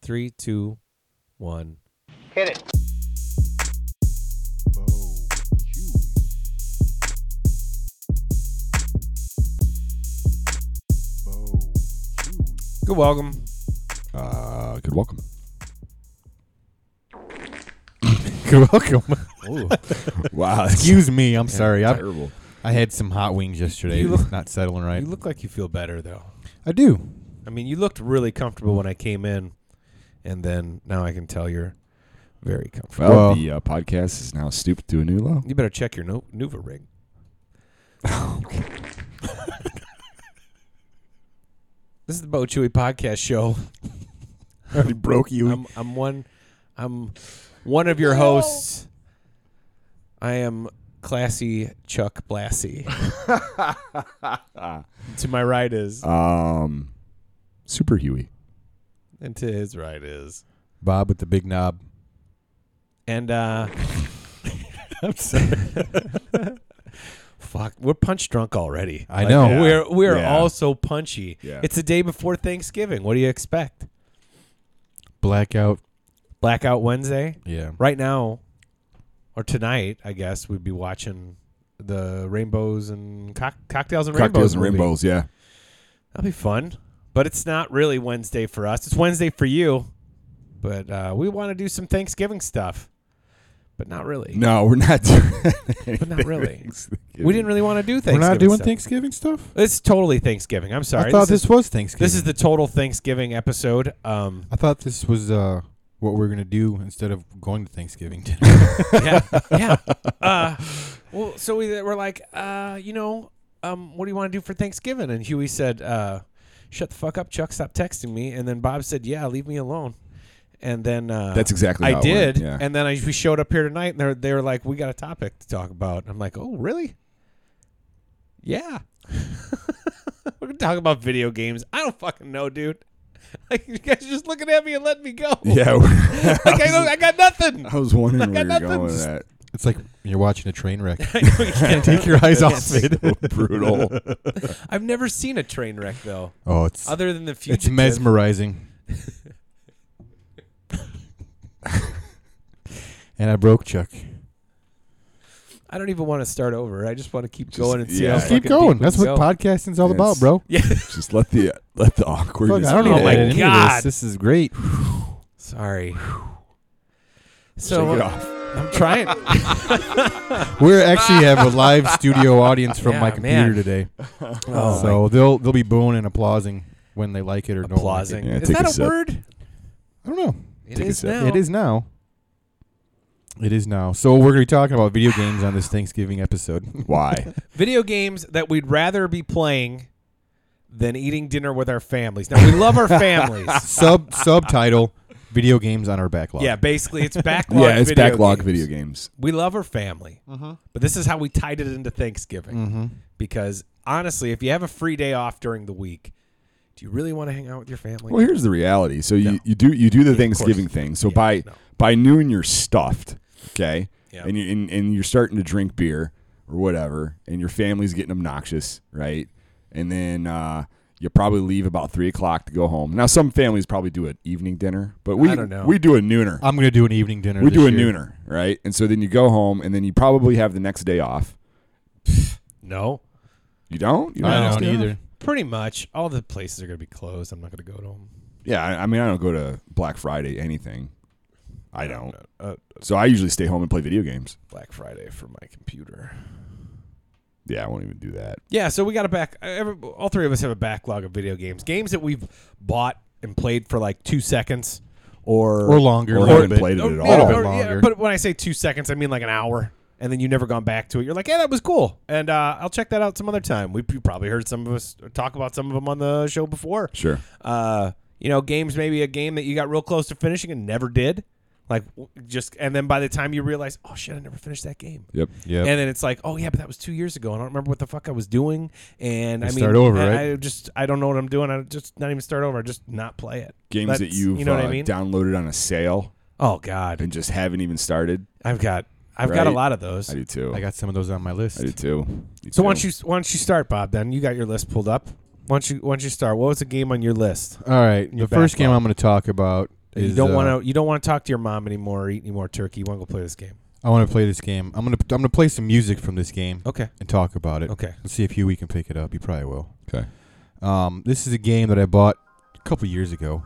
Three, two, one. Hit it. Good welcome. Uh, good welcome. good welcome. Uh, wow. Excuse me. I'm sorry. I, Terrible. I had some hot wings yesterday. You It was look- not settling right. You look like you feel better though. I do. I mean, you looked really comfortable when I came in, and then now I can tell you're very comfortable. Well, Well- the uh, podcast is now stooped to a new low. You better check your no- Nuva rig. this is the Bo Chewy podcast show. I broke you. I'm, I'm one. I'm one of your hosts. I am classy Chuck Blassie. to my right is, Um, Super Huey. and to his right is, Bob with the big knob. and uh, I'm sorry. Fuck, we're punch drunk already. I know. Yeah. We're we're Yeah. all so punchy. Yeah. It's the day before Thanksgiving. What do you expect? Blackout. Blackout Wednesday. Yeah. Right now, or tonight, I guess we'd be watching the rainbows and cock- cocktails and rainbows. Cocktails and movie. rainbows, yeah. That'll be fun. But it's not really Wednesday for us. It's Wednesday for you. But uh, we want to do some Thanksgiving stuff. But not really. No, we're not doing But not really. Thanksgiving. We didn't really want to do We're Thanksgiving. not doing stuff. Thanksgiving stuff. It's totally Thanksgiving. I'm sorry. I thought this, is, was Thanksgiving. this is the total Thanksgiving episode. Um, I thought this was uh, what we're gonna do instead of going to Thanksgiving dinner. yeah, yeah. Uh, well, so we were like, uh, you know, um, what do you want to do for Thanksgiving? And Huey said, uh, "Shut the fuck up, Chuck. Stop texting me." And then Bob said, "Yeah, leave me alone." And then uh, That's exactly I how it did. went, yeah. And then I, we showed up here tonight, and they're they were like, "We got a topic to talk about." I'm like, "Oh, really? Yeah." We're gonna talk about video games. I don't fucking know, dude. Like you guys are just looking at me and letting me go. Yeah. Like I, I, don't, was, I got nothing. I was wondering I where got you're going with nothing. that. it's like you're watching a train wreck. You can't Take your eyes off Yes. it. Brutal. I've never seen a train wreck though, Oh, it's other than the it's future. mesmerizing. and I broke Chuck. I don't even want to start over. I just want to keep Just- going and see. yeah. How Just fucking Keep going. deep we That's can what go. podcasting's all about, Yes. bro. Yeah. Just let the let the awkwardness. Fuck, I don't be need Oh to my edit any of God. this. This is great. Sorry. Shake it So uh, off. I'm trying. We actually have a live studio audience from Yeah, my computer man. today, Oh, so they'll they'll be booing and applauding when they like it or applauding. don't like Yeah, is take that a a sip. word? it. I don't know. It Take a is sip. now. It is now. It is now. So we're gonna be talking about video games on this Thanksgiving episode. Why? Video games that we'd rather be playing than eating dinner with our families. Now we love our families. Sub subtitle: Video games on our backlog. yeah, basically it's backlog. yeah, it's video backlog games. video games. We love our family, but this is how we tied it into Thanksgiving. Mm-hmm. Because honestly, if you have a free day off during the week, do you really want to hang out with your family? Well, here's the reality. So you, No. you do you do the Thanksgiving course. thing. So Yeah, by no. by noon you're stuffed, okay? Yeah. And you and, and you're starting to drink beer or whatever, and your family's getting obnoxious, right? And then uh, you probably leave about three o'clock to go home. Now some families probably do an evening dinner, but we don't know. we do a nooner. I'm gonna do an evening dinner. we this do a year. nooner, right? And so then you go home, and then you probably have the next day off. no, You don't? You I have the don't next day off? either. pretty much all the places are going to be closed. I'm not going to go to them. Yeah, I, I mean I don't go to Black Friday anything. I don't. Uh, So I usually stay home and play video games. Black Friday for my computer. Yeah, I won't even do that. Yeah, so we got a back. Every, all three of us have a backlog of video games, games that we've bought and played for like two seconds, or Oh, Or longer. Or a I little haven't bit. played it at yeah, all. bit longer. but when I say two seconds, I mean like an hour, and then you've never gone back to it. You're like, yeah, that was cool, and uh, I'll check that out some other time. We you probably heard some of us talk about some of them on the show before. Sure. Uh, you know, games maybe a game that you got real close to finishing and never did, like w- just and then by the time you realize, oh shit, I never finished that game. Yep. Yep. And then it's like, oh yeah, but that was two years ago. and I don't remember what the fuck I was doing. And I mean, start over, I, right? I just I don't know what I'm doing. I just not even start over. I just not play it. Games that That's- you've you know what uh, I mean? downloaded on a sale Oh god, and just haven't even started. I've got I've got a Right? lot of those. I do too. I got some of those on my I list. do too. You So why too. don't you why don't you start, Bob? Then you got your list pulled up. Why don't you why don't you start? What was the game on your list? All right. Your The first game backlog. I'm going to talk about And is, you don't uh, want to. You don't want to talk to your mom anymore or eat any more turkey. You want to go play this game. I want to play this game. I'm gonna I'm gonna play some music from this game Okay. and talk about it. Okay. Let's see if Huey can pick it up. He probably will. Okay. Um, this is a game that I bought a couple years ago,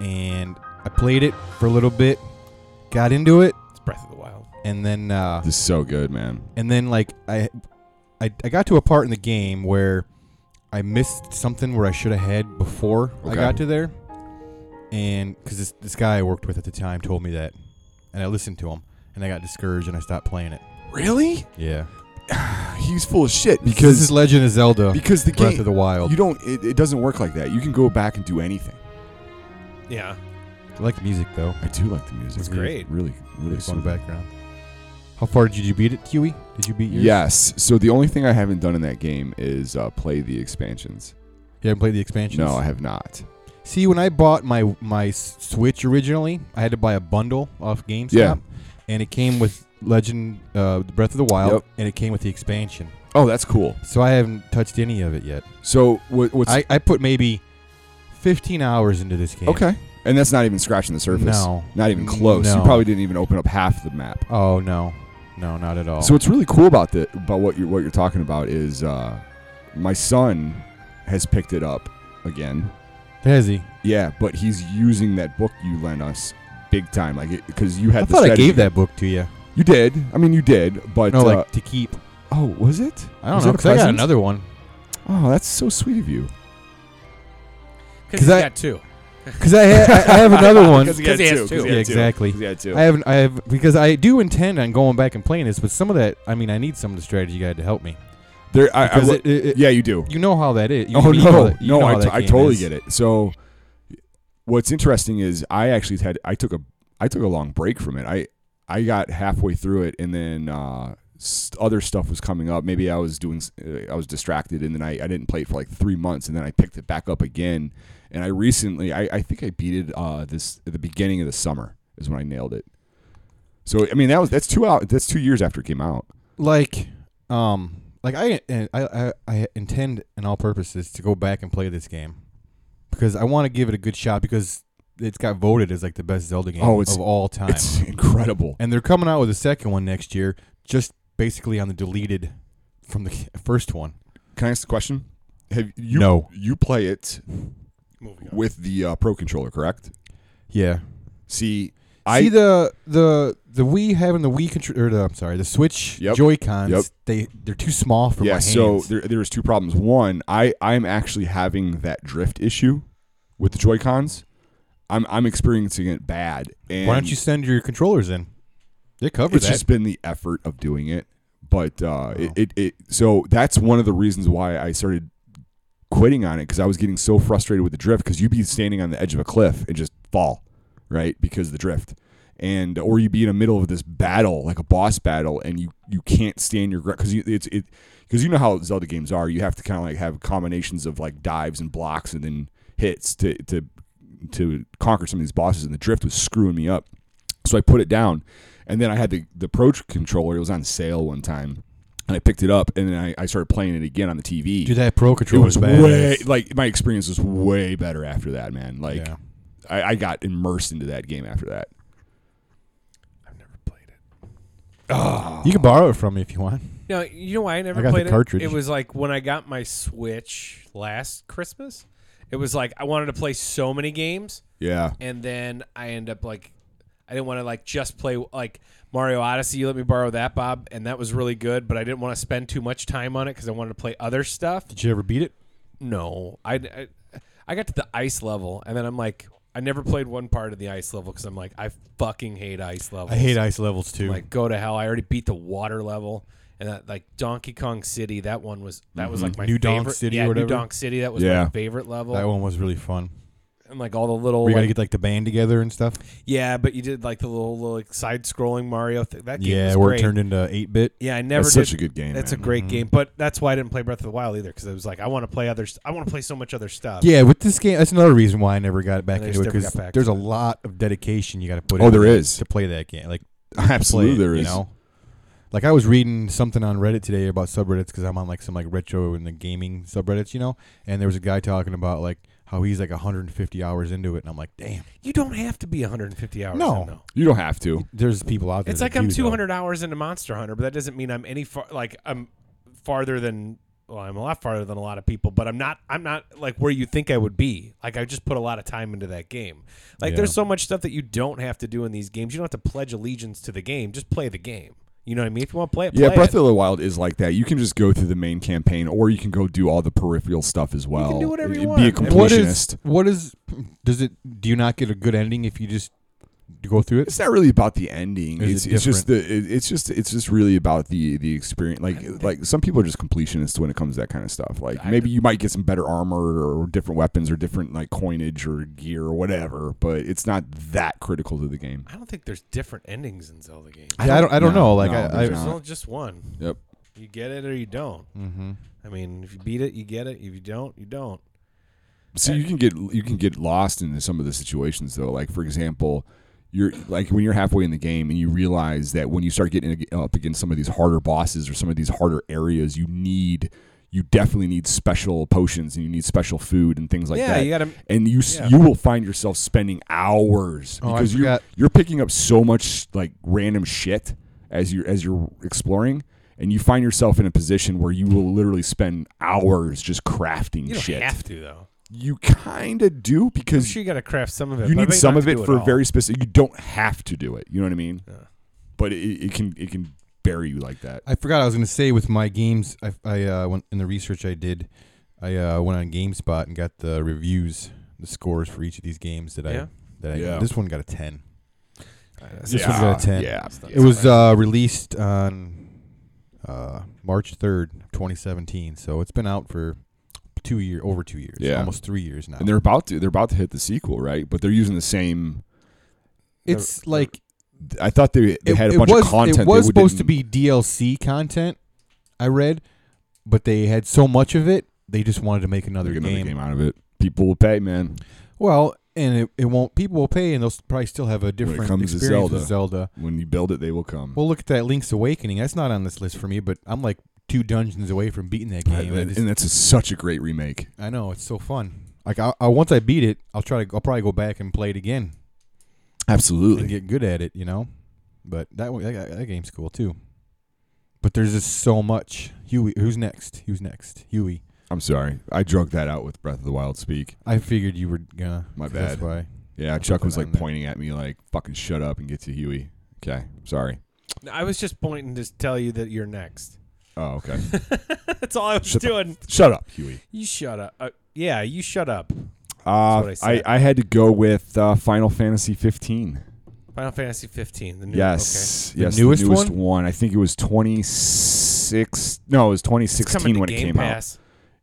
and I played it for a little bit, got into it, It's Breath of the Wild. and then uh, This is so good, man. and then like I, I I got to a part in the game where I missed something where I should have had before I Okay. got to there, and because this this guy I worked with at the time told me that, and I listened to him, and I got discouraged and I stopped playing it. Really? Yeah, He's full of shit because this because is Legend of Zelda. because the Breath game of the Wild. you don't it, it doesn't work like that. You can go back and do anything. Yeah. I like the music though. I do like the music. It's great. Really, really It's on soothing. the background. How far did you beat it, Huey? Did you beat yours? Yes. So the only thing I haven't done in that game is uh, play the expansions. You haven't played the expansions? No, I have not. See, when I bought my my S- Switch originally, I had to buy a bundle off GameStop. Yeah. And it came with Legend, uh, Breath of the Wild, Yep. and it came with the expansion. Oh, that's cool. So I haven't touched any of it yet. So what, what's I, I put maybe 15 hours into this game. okay? And that's not even scratching the surface. No. Not even close. You No. probably didn't even open up half the map. Oh no, no, not at all. So what's really cool about the about what you're what you're talking about is uh, my son has picked it up again. has he? Yeah, but he's using that book you lent us big time, like because you had. I the thought I strategy. gave that book to you. You did. I mean, you did. But No, uh, like to keep. oh, was it? I don't was know. that a 'cause I got present? another one. Oh, that's so sweet of you. Because 'Cause he I- got two. Because I, ha- Eh, I I have another one. he had 'Cause he has two, 'cause he two. Yeah, exactly. Yeah, two. I haven't. I have because I do intend on going back and playing this, but some of that. I mean, I need some of the strategy guide to help me There, I, I, because wa- it, it, it- yeah, you do. you know how that is. You, oh you no, know that, you no, know I, how t- that I game totally is. get it. So, what's interesting is I actually had I took a I took a long break from it. I I got halfway through it, and then uh, s other stuff was coming up. Maybe I was doing s- uh, I was distracted, and then I I didn't play it for like three months, and then I picked it back up again. And I recently I I think I beat it uh, this at the beginning of the summer is when I nailed it. So I mean that was that's two out that's two years after it came out. Like, um, like I I I, I intend in all purposes to go back and play this game because I want to give it a good shot because it's got voted as like the best Zelda game Oh, it's- of all time, It's incredible. and they're coming out with a second one next year, just basically on the deleted from the first one. Can I ask the question? Have you No. you play it Moving on. with the uh, pro controller, correct? Yeah. See, See I the the the Wii having the Wii control or the, I'm sorry the Switch Yep. Joy Cons Yep. they they're too small for my yeah. hands. So there, there's two problems. One, I I'm actually having that drift issue with the Joy Cons. I'm I'm experiencing it bad. And Why don't you send your controllers in? They cover It's that. just been the effort of doing it, but uh, it, it it so that's one of the reasons why I started quitting on it because I was getting so frustrated with the drift because you'd be standing on the edge of a cliff and just fall, right? Because of the drift. And or you'd be in the middle of this battle, like a boss battle, and you you can't stand your ground because you it's it because you know how Zelda games are. You have to kind of like have combinations of like dives and blocks and then hits to to to conquer some of these bosses. And the drift was screwing me up, so I put it down. And then I had the the Pro controller. It was on sale one time, and I picked it up, and then I, I started playing it again on the TV Dude, that Pro it controller was badass. way like my experience was way better after that, man. Like Yeah. I, I got immersed into that game after that. I've never played it. You can borrow it from me if you want. No, you know why I never I got the played cartridge. it? It was like when I got my Switch last Christmas. It was like I wanted to play so many games, Yeah, and then I end up like I didn't want to like just play like Mario Odyssey. You let me borrow that, Bob, and that was really good. But I didn't want to spend too much time on it because I wanted to play other stuff. Did you ever beat it? No, I, I I got to the ice level, and then I'm like, I never played one part of the ice level because I'm like, I fucking hate ice levels. I hate ice levels too. like go to hell. I already beat the water level, and that like Donkey Kong City. That one was that was like my Mm-hmm. New Donk favorite. City or yeah, whatever? New Donk City. That was Yeah. my favorite level, that one was really fun. and like all the little We got to like- get like the band together and stuff. yeah, but you did like the little, little like side-scrolling Mario thing. That game Yeah, was where great. it turned into eight bit. yeah, I never that's did. such a good game. that's a man. great Mm-hmm. game, but that's why I didn't play Breath of the Wild either because I was like, I want to play other. St- I want to play so much other stuff. Yeah, with this game, that's another reason why I never got back And I into it just never because got back there's to a it. lot of dedication you got to put. Oh, in there is. to play that game. Like absolutely play it, there is. You know? Like I was reading something on Reddit today about subreddits because I'm on like some like retro and the gaming subreddits, you know. And there was a guy talking about like how he's like 150 hours into it, and I'm like, damn, You don't have to be 150 hours. No. in, though. You don't have to. there's people out there. It's that like I'm do, though. 200 hours into Monster Hunter, but that doesn't mean I'm any far. Like I'm farther than. Well, I'm a lot farther than a lot of people, but I'm not. I'm not like where you think I would be. Like I just put a lot of time into that game. Like Yeah. there's so much stuff that you don't have to do in these games. You don't have to pledge allegiance to the game. Just play the game. You know what I mean? If you want to play it, play Yeah, Breath it. of the Wild is like that. You can just go through the main campaign, or you can go do all the peripheral stuff as well. do whatever you Be want. a And What is completionist. what is does it? Do you not get a good ending if you just go through it? It's not really about the ending. It's, Is it it's just the. It, it's just. It's just really about the the experience. Like like some people are just completionists when it comes to that kind of stuff. Like maybe you might get some better armor or different weapons or different like coinage or gear or whatever, but it's not that critical to the game. I don't think there's different endings in Zelda games. Yeah, I don't. I don't no, know. Like no, I. I there's There's not. only just one. Yep. You get it or you don't. mm-hmm. I mean, if you beat it, you get it. If you don't, you don't. So you can get you can get lost into some of the situations though. Like for example, you're like when you're halfway in the game and you realize that when you start getting up against some of these harder bosses or some of these harder areas, you need you definitely need special potions and you need special food and things like yeah, that. you got to. And you s Yeah. you will find yourself spending hours Oh, I because you're forgot. you're picking up so much like random shit as you as you're exploring. And you find yourself in a position where you will literally spend hours just crafting You don't shit have to though. you kind of do I'm because sure you got to craft some of it. you but I need bet some don't of have it to do for all. very specific. You don't have to do it. You know what I mean? Yeah. But it, it can it can bury you like that. I forgot I was going to say with my games. I, I uh, went in the research I did. I uh, went on GameSpot and got the reviews, the scores for each of these games that Yeah. I that I Yeah. this one got a ten. That's This one's got a 10. Yeah. It was uh, released on uh, March third, twenty seventeen. So it's been out for two year over two years. Yeah. almost three years now. And they're about to they're about to hit the sequel, right? But they're using the same. it's like I thought they, they it, had a it bunch was, of content. It they was supposed to wouldn't- be DLC content. I read, but they had so much of it, they just wanted to make another make game. out of it. People will pay, man. Well, and it, it won't. People will pay, and they'll s- probably still have a different comes to experience with Zelda. When you build it, they will come. Well, look at that Link's Awakening. That's not on this list for me, but I'm like two dungeons away from beating that game. I, and, just- and that's a, such a great remake. I know it's so fun. Like I, I, once I beat it, I'll try to. I'll probably go back and play it again and Absolutely. get good at it. You know, but that one- that, that game's cool too. But there's just so much. Huey, who's next? Who's next? Huey. I'm sorry. I drug that out with Breath of the Wild speak. I figured you were gonna. My That's bad. why. Yeah, Chuck put was that like in there. pointing at me like, fucking shut up and get to Huey. Okay. Sorry. I was just pointing to tell you that you're next. Oh, okay. That's all I was Shut the- doing. shut up, Huey. You shut up. Uh, yeah, you shut up. Uh, That's what I I, said. I, had to go with uh, Final Fantasy 15. Final Fantasy 15. The new, yes, The yes, newest one? I think it was 26. No, it was Okay. It's coming 2016 to when it Game came out. Pass.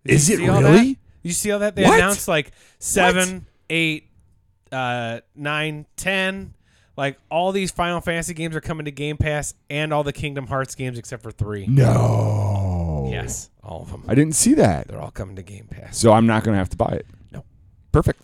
Did Is you it see all that? really? You see all that they What? announced like seven, eight, uh, nine, ten. Like all these Final Fantasy games are coming to Game Pass, and all the Kingdom Hearts games except for three. No. Yes, all of them. I didn't see that. They're all coming to Game Pass. So I'm not going to have to buy it. No. Perfect.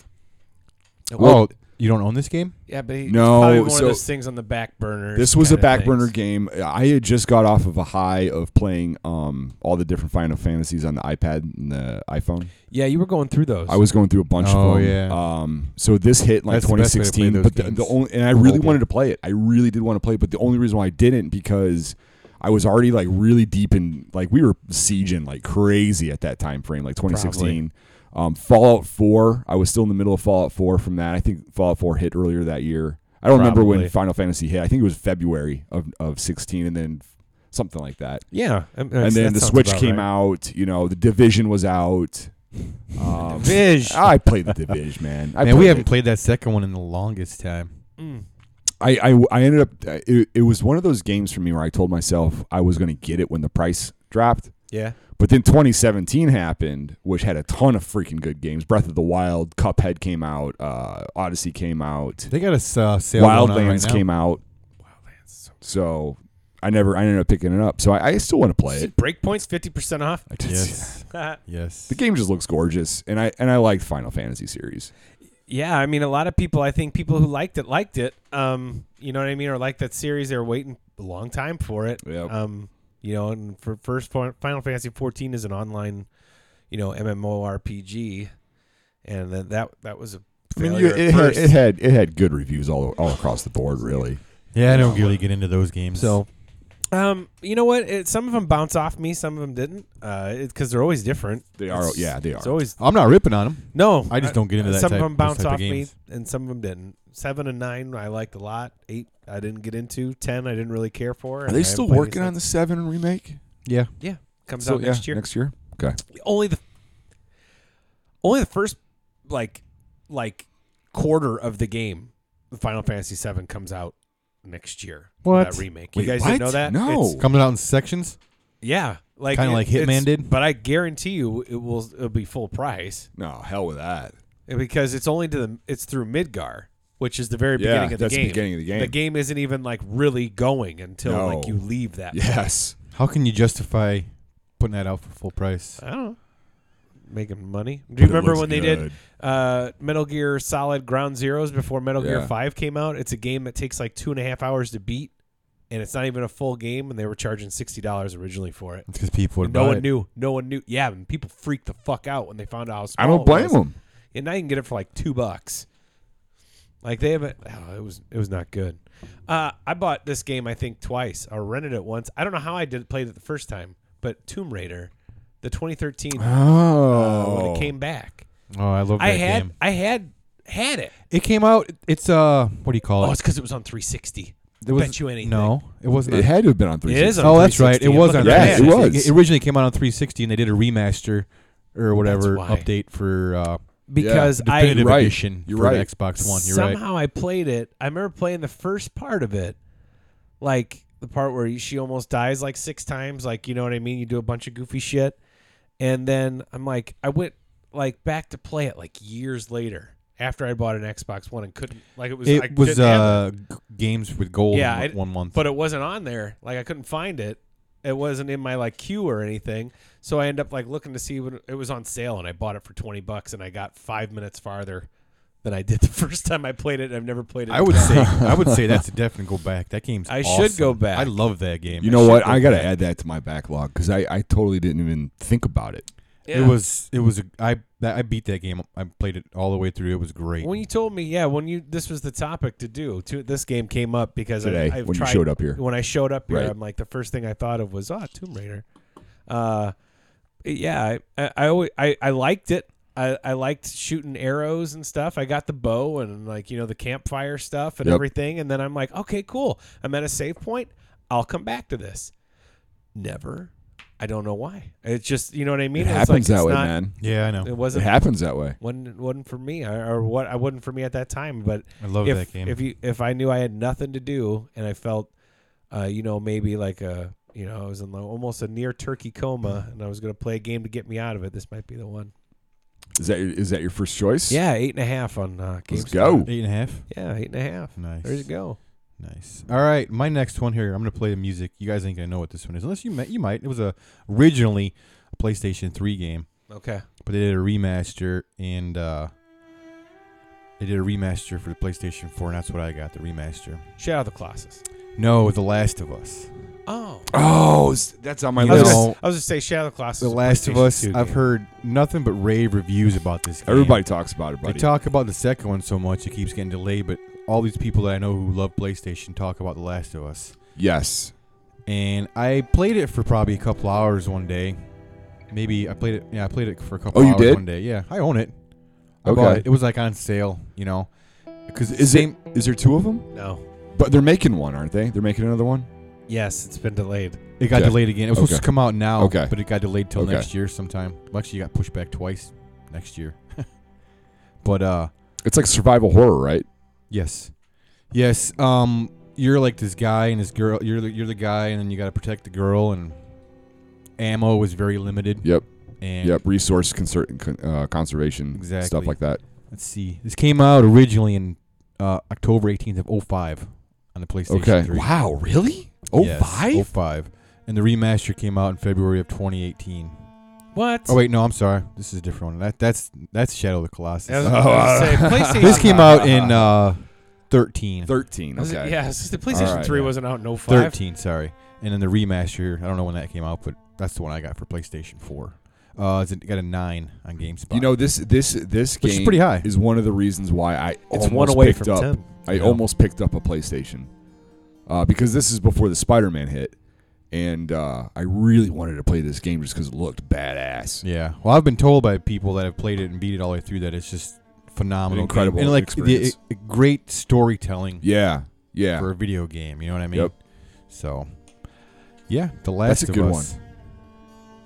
Oh, you don't own this game? Yeah, but he, No, it's probably one so- of those things on the back burner. This was a kinda back things. burner game. I had just got off of a high of playing um, all the different Final Fantasies on the iPad and the iPhone. Yeah, you were going through those. I was going through a bunch Oh, of them. yeah. Um, so this hit like That's the best way to play 2016, those but the, games. the only and I really Mobile. wanted to play it. I really did want to play it, but the only reason why I didn't because I was already like really deep in like we were sieging like crazy at that time frame, like 2016. Um, Fallout 4. I was still in the middle of Fallout 4 from that. I think Fallout 4 hit earlier that year. I don't remember when Probably. Final Fantasy hit. I think it was February of, of 16, and then something like that. Yeah, and then the Switch came out. You know, the Division was out. Um, Vish. I played the division, man. I Man, we played haven't it. played that second one in the longest time. Mm, I, I, I ended up. It, it was one of those games for me where I told myself I was going to get it when the price dropped. Yeah. But then 2017 happened, which had a ton of freaking good games. Breath of the Wild, Cuphead came out, uh, Odyssey came out, They got a s- uh, sale going on Wildlands right now. came out. So I never, I ended up picking it up. So I, I still want to play See, it. Breakpoint's fifty percent off. I just- Yes, yes. The game just looks gorgeous, and I and I liked Final Fantasy series. yeah, I mean, a lot of people. I think people who liked it liked it. Um, you know what I mean, or liked that series. They were waiting a long time for it. Yep. Um, you know, and for first Fin- Final Fantasy fourteen is an online, you know, MMORPG, and then that that was a I mean, failure you, at it, had, first. it had it had good reviews all all across the board, really. Yeah, I don't really get into those games. So, um, you know what? It, some of them bounce off me, some of them didn't, because they're always different. They are, It's- yeah, they are. It's always I'm not ripping on them. no. I just don't get into that Uh, Some type- of them those bounced type of off me, games. and some of them didn't. Seven and nine, I liked a lot. Eight, I didn't get into. Ten, I didn't really care for. Are they still working on this? the seven remake? Yeah. Yeah, comes So, out next yeah, year. Next year. Okay. only the only the first like like quarter of the game, the Final Fantasy VII comes out next year. What? that remake? Wait, you guys what? didn't know that? No. It's- Coming out in sections. yeah, like Kinda it- like Hitman it's- did? But I guarantee you, it will it'll be full price No, hell with that. because it's only to the it's through Midgar, which is the very Yeah, beginning of the that's the game. beginning of the game. The game isn't even like really going until No. like you leave that. Yes. How can you justify putting that out for full price? I don't know. Making money. Do you But it remember looks when they good. did uh, Metal Gear Solid Ground Zeroes before Metal Yeah. Gear Five came out? It's a game that takes like two and a half hours to beat, and it's not even a full game. And they were charging sixty dollars originally for it. It's because people would No buy one it. knew. No one knew. Yeah, and people freaked the fuck out when they found out. How small I don't Oh, it blame was. them. And now you can get it for like two bucks. Like they haven't. Oh, it was it was not good. Uh, I bought this game I think twice or rented it once. I don't know how I did played it the first time, but Tomb Raider, the 2013 uh, Oh. when it came back. Oh, I love that I had game. I had had it. It came out. It's uh, what do you call Oh, it? it's because it was on 360. It was- bet you anything. No, it wasn't. It on- had to have been on It three. is. On oh, that's right. 360. It was on. looked Yeah, bad. 360. it was. originally came out on 360, and they did a remaster or whatever why. update for uh, because Yeah. I definitive Right. edition You're for right. Xbox One. You're right. somehow I played it. I remember playing the first part of it, like the part where she almost dies like six times. Like you know what I mean? You do a bunch of goofy shit, and then I'm like, I went like back to play it like years later after I bought an Xbox One and couldn't like it was I It was couldn't have uh, g- games with gold. Yeah, in I- one month. but it wasn't on there. Like I couldn't find it. It wasn't in my like queue or anything. So I end up like looking to see when it was on sale, and I bought it for twenty bucks, and I got five minutes farther than I did the first time I played it. I've never played it. I would say I would say that's a definite go back. That game's. I awesome. should go back. I love that game. You know should what? go I gotta back. add that to my backlog because I, I totally didn't even think about it. Yeah. It was it was a, I that, I beat that game. I played it all the way through. It was great. when you told me, yeah, when you this was the topic to do. To, this game came up because I, Today, I've when you tried- showed up here. When I showed up here, Right. I'm like the first thing I thought of was ah Tomb Raider. Uh, yeah, I I, I, always, I I liked it. I, I liked shooting arrows and stuff. I got the bow and like you know the campfire stuff and Yep. everything. And then I'm like, okay, cool. I'm at a save point. I'll come back to this. Never. I don't know why. It's just you know what I mean. It It's happens like, that it's way, not- man. yeah, I know. It It wasn't happens that way. wasn't wasn't for me or, or what I wasn't for me at that time. But I love if that game. if you if I knew I had nothing to do and I felt, uh, you know, maybe like a you know I was in lo- almost a near turkey coma and I was going to play a game to get me out of it. This might be the one. Is that your, is that your first choice? Yeah, eight and a half on uh, Let's GameStop. go. Eight and a half. Yeah, eight and a half. Nice. There you go. Nice. All right, my next one here. I'm gonna play the music. You guys ain't gonna know what this one is, unless you might. You might. It was a originally a PlayStation 3 game, Okay. but they did a remaster, and uh, they did a remaster for the PlayStation 4, and that's what I got. The remaster. Shout out the classes. No, The Last of Us. Oh, Oh, s- that's on my You I was, list. know- gonna, I was gonna say Shadow of the Colossus. The is a Last of PlayStation Us. 2 I've game. heard nothing but rave reviews about this. game. Everybody talks about it, They buddy. talk about the second one so much it keeps getting delayed, but all these people that I know who love PlayStation talk about The Last of Us. yes. and I played it for probably a couple hours one day. Maybe I played it. Yeah, I played it for a couple. Oh, you hours did? One day, yeah, I own it. I Okay. bought it. It was like on sale, you know. Because Is same, it? Is there two of them? No. But they're making one, aren't they? They're making another one. Yes, it's been delayed. it, got Okay. delayed again. It was Okay. supposed to come out now, Okay. but it got delayed till Okay. next year sometime. Well, actually, it got pushed back twice next year. but uh, It's like survival horror, right? yes, yes. Um, you're like this guy and this girl. You're the, you're the guy, and then you got to protect the girl. And ammo was very limited. Yep. And Yep. Resource conser- uh, conservation, stuff Exactly. like that. Let's see. This came out originally in uh, October 18th of 05 on the PlayStation Okay. 3. Wow. Really? Oh Yes, five. 05. And the remaster came out in February of 2018. What? Oh wait, no, I'm sorry. This is a different one. That that's that's Shadow of the Colossus. I was Oh, gonna say, uh, PlayStation- this came out in uh, 13. Thirteen. I was- Okay. Yeah, it's just the PlayStation right, 3 yeah. wasn't out in 05. 13, sorry. And then the remaster, I don't know when that came out, but that's the one I got for PlayStation 4. Uh, it's a, got a nine on GameSpot. You know this this this game Which is pretty high. is one of the reasons why I It's almost one away picked from up. 10. I almost picked up a PlayStation uh, because this is before the Spider-Man hit, and uh, I really wanted to play this game just because it looked badass. Yeah. Well, I've been told by people that have played it and beat it all the way through that it's just phenomenal, An incredible game. and like the- experience. the great storytelling Yeah, yeah. for a video game. You know what I mean? Yep. So, yeah, The Last a of good Us.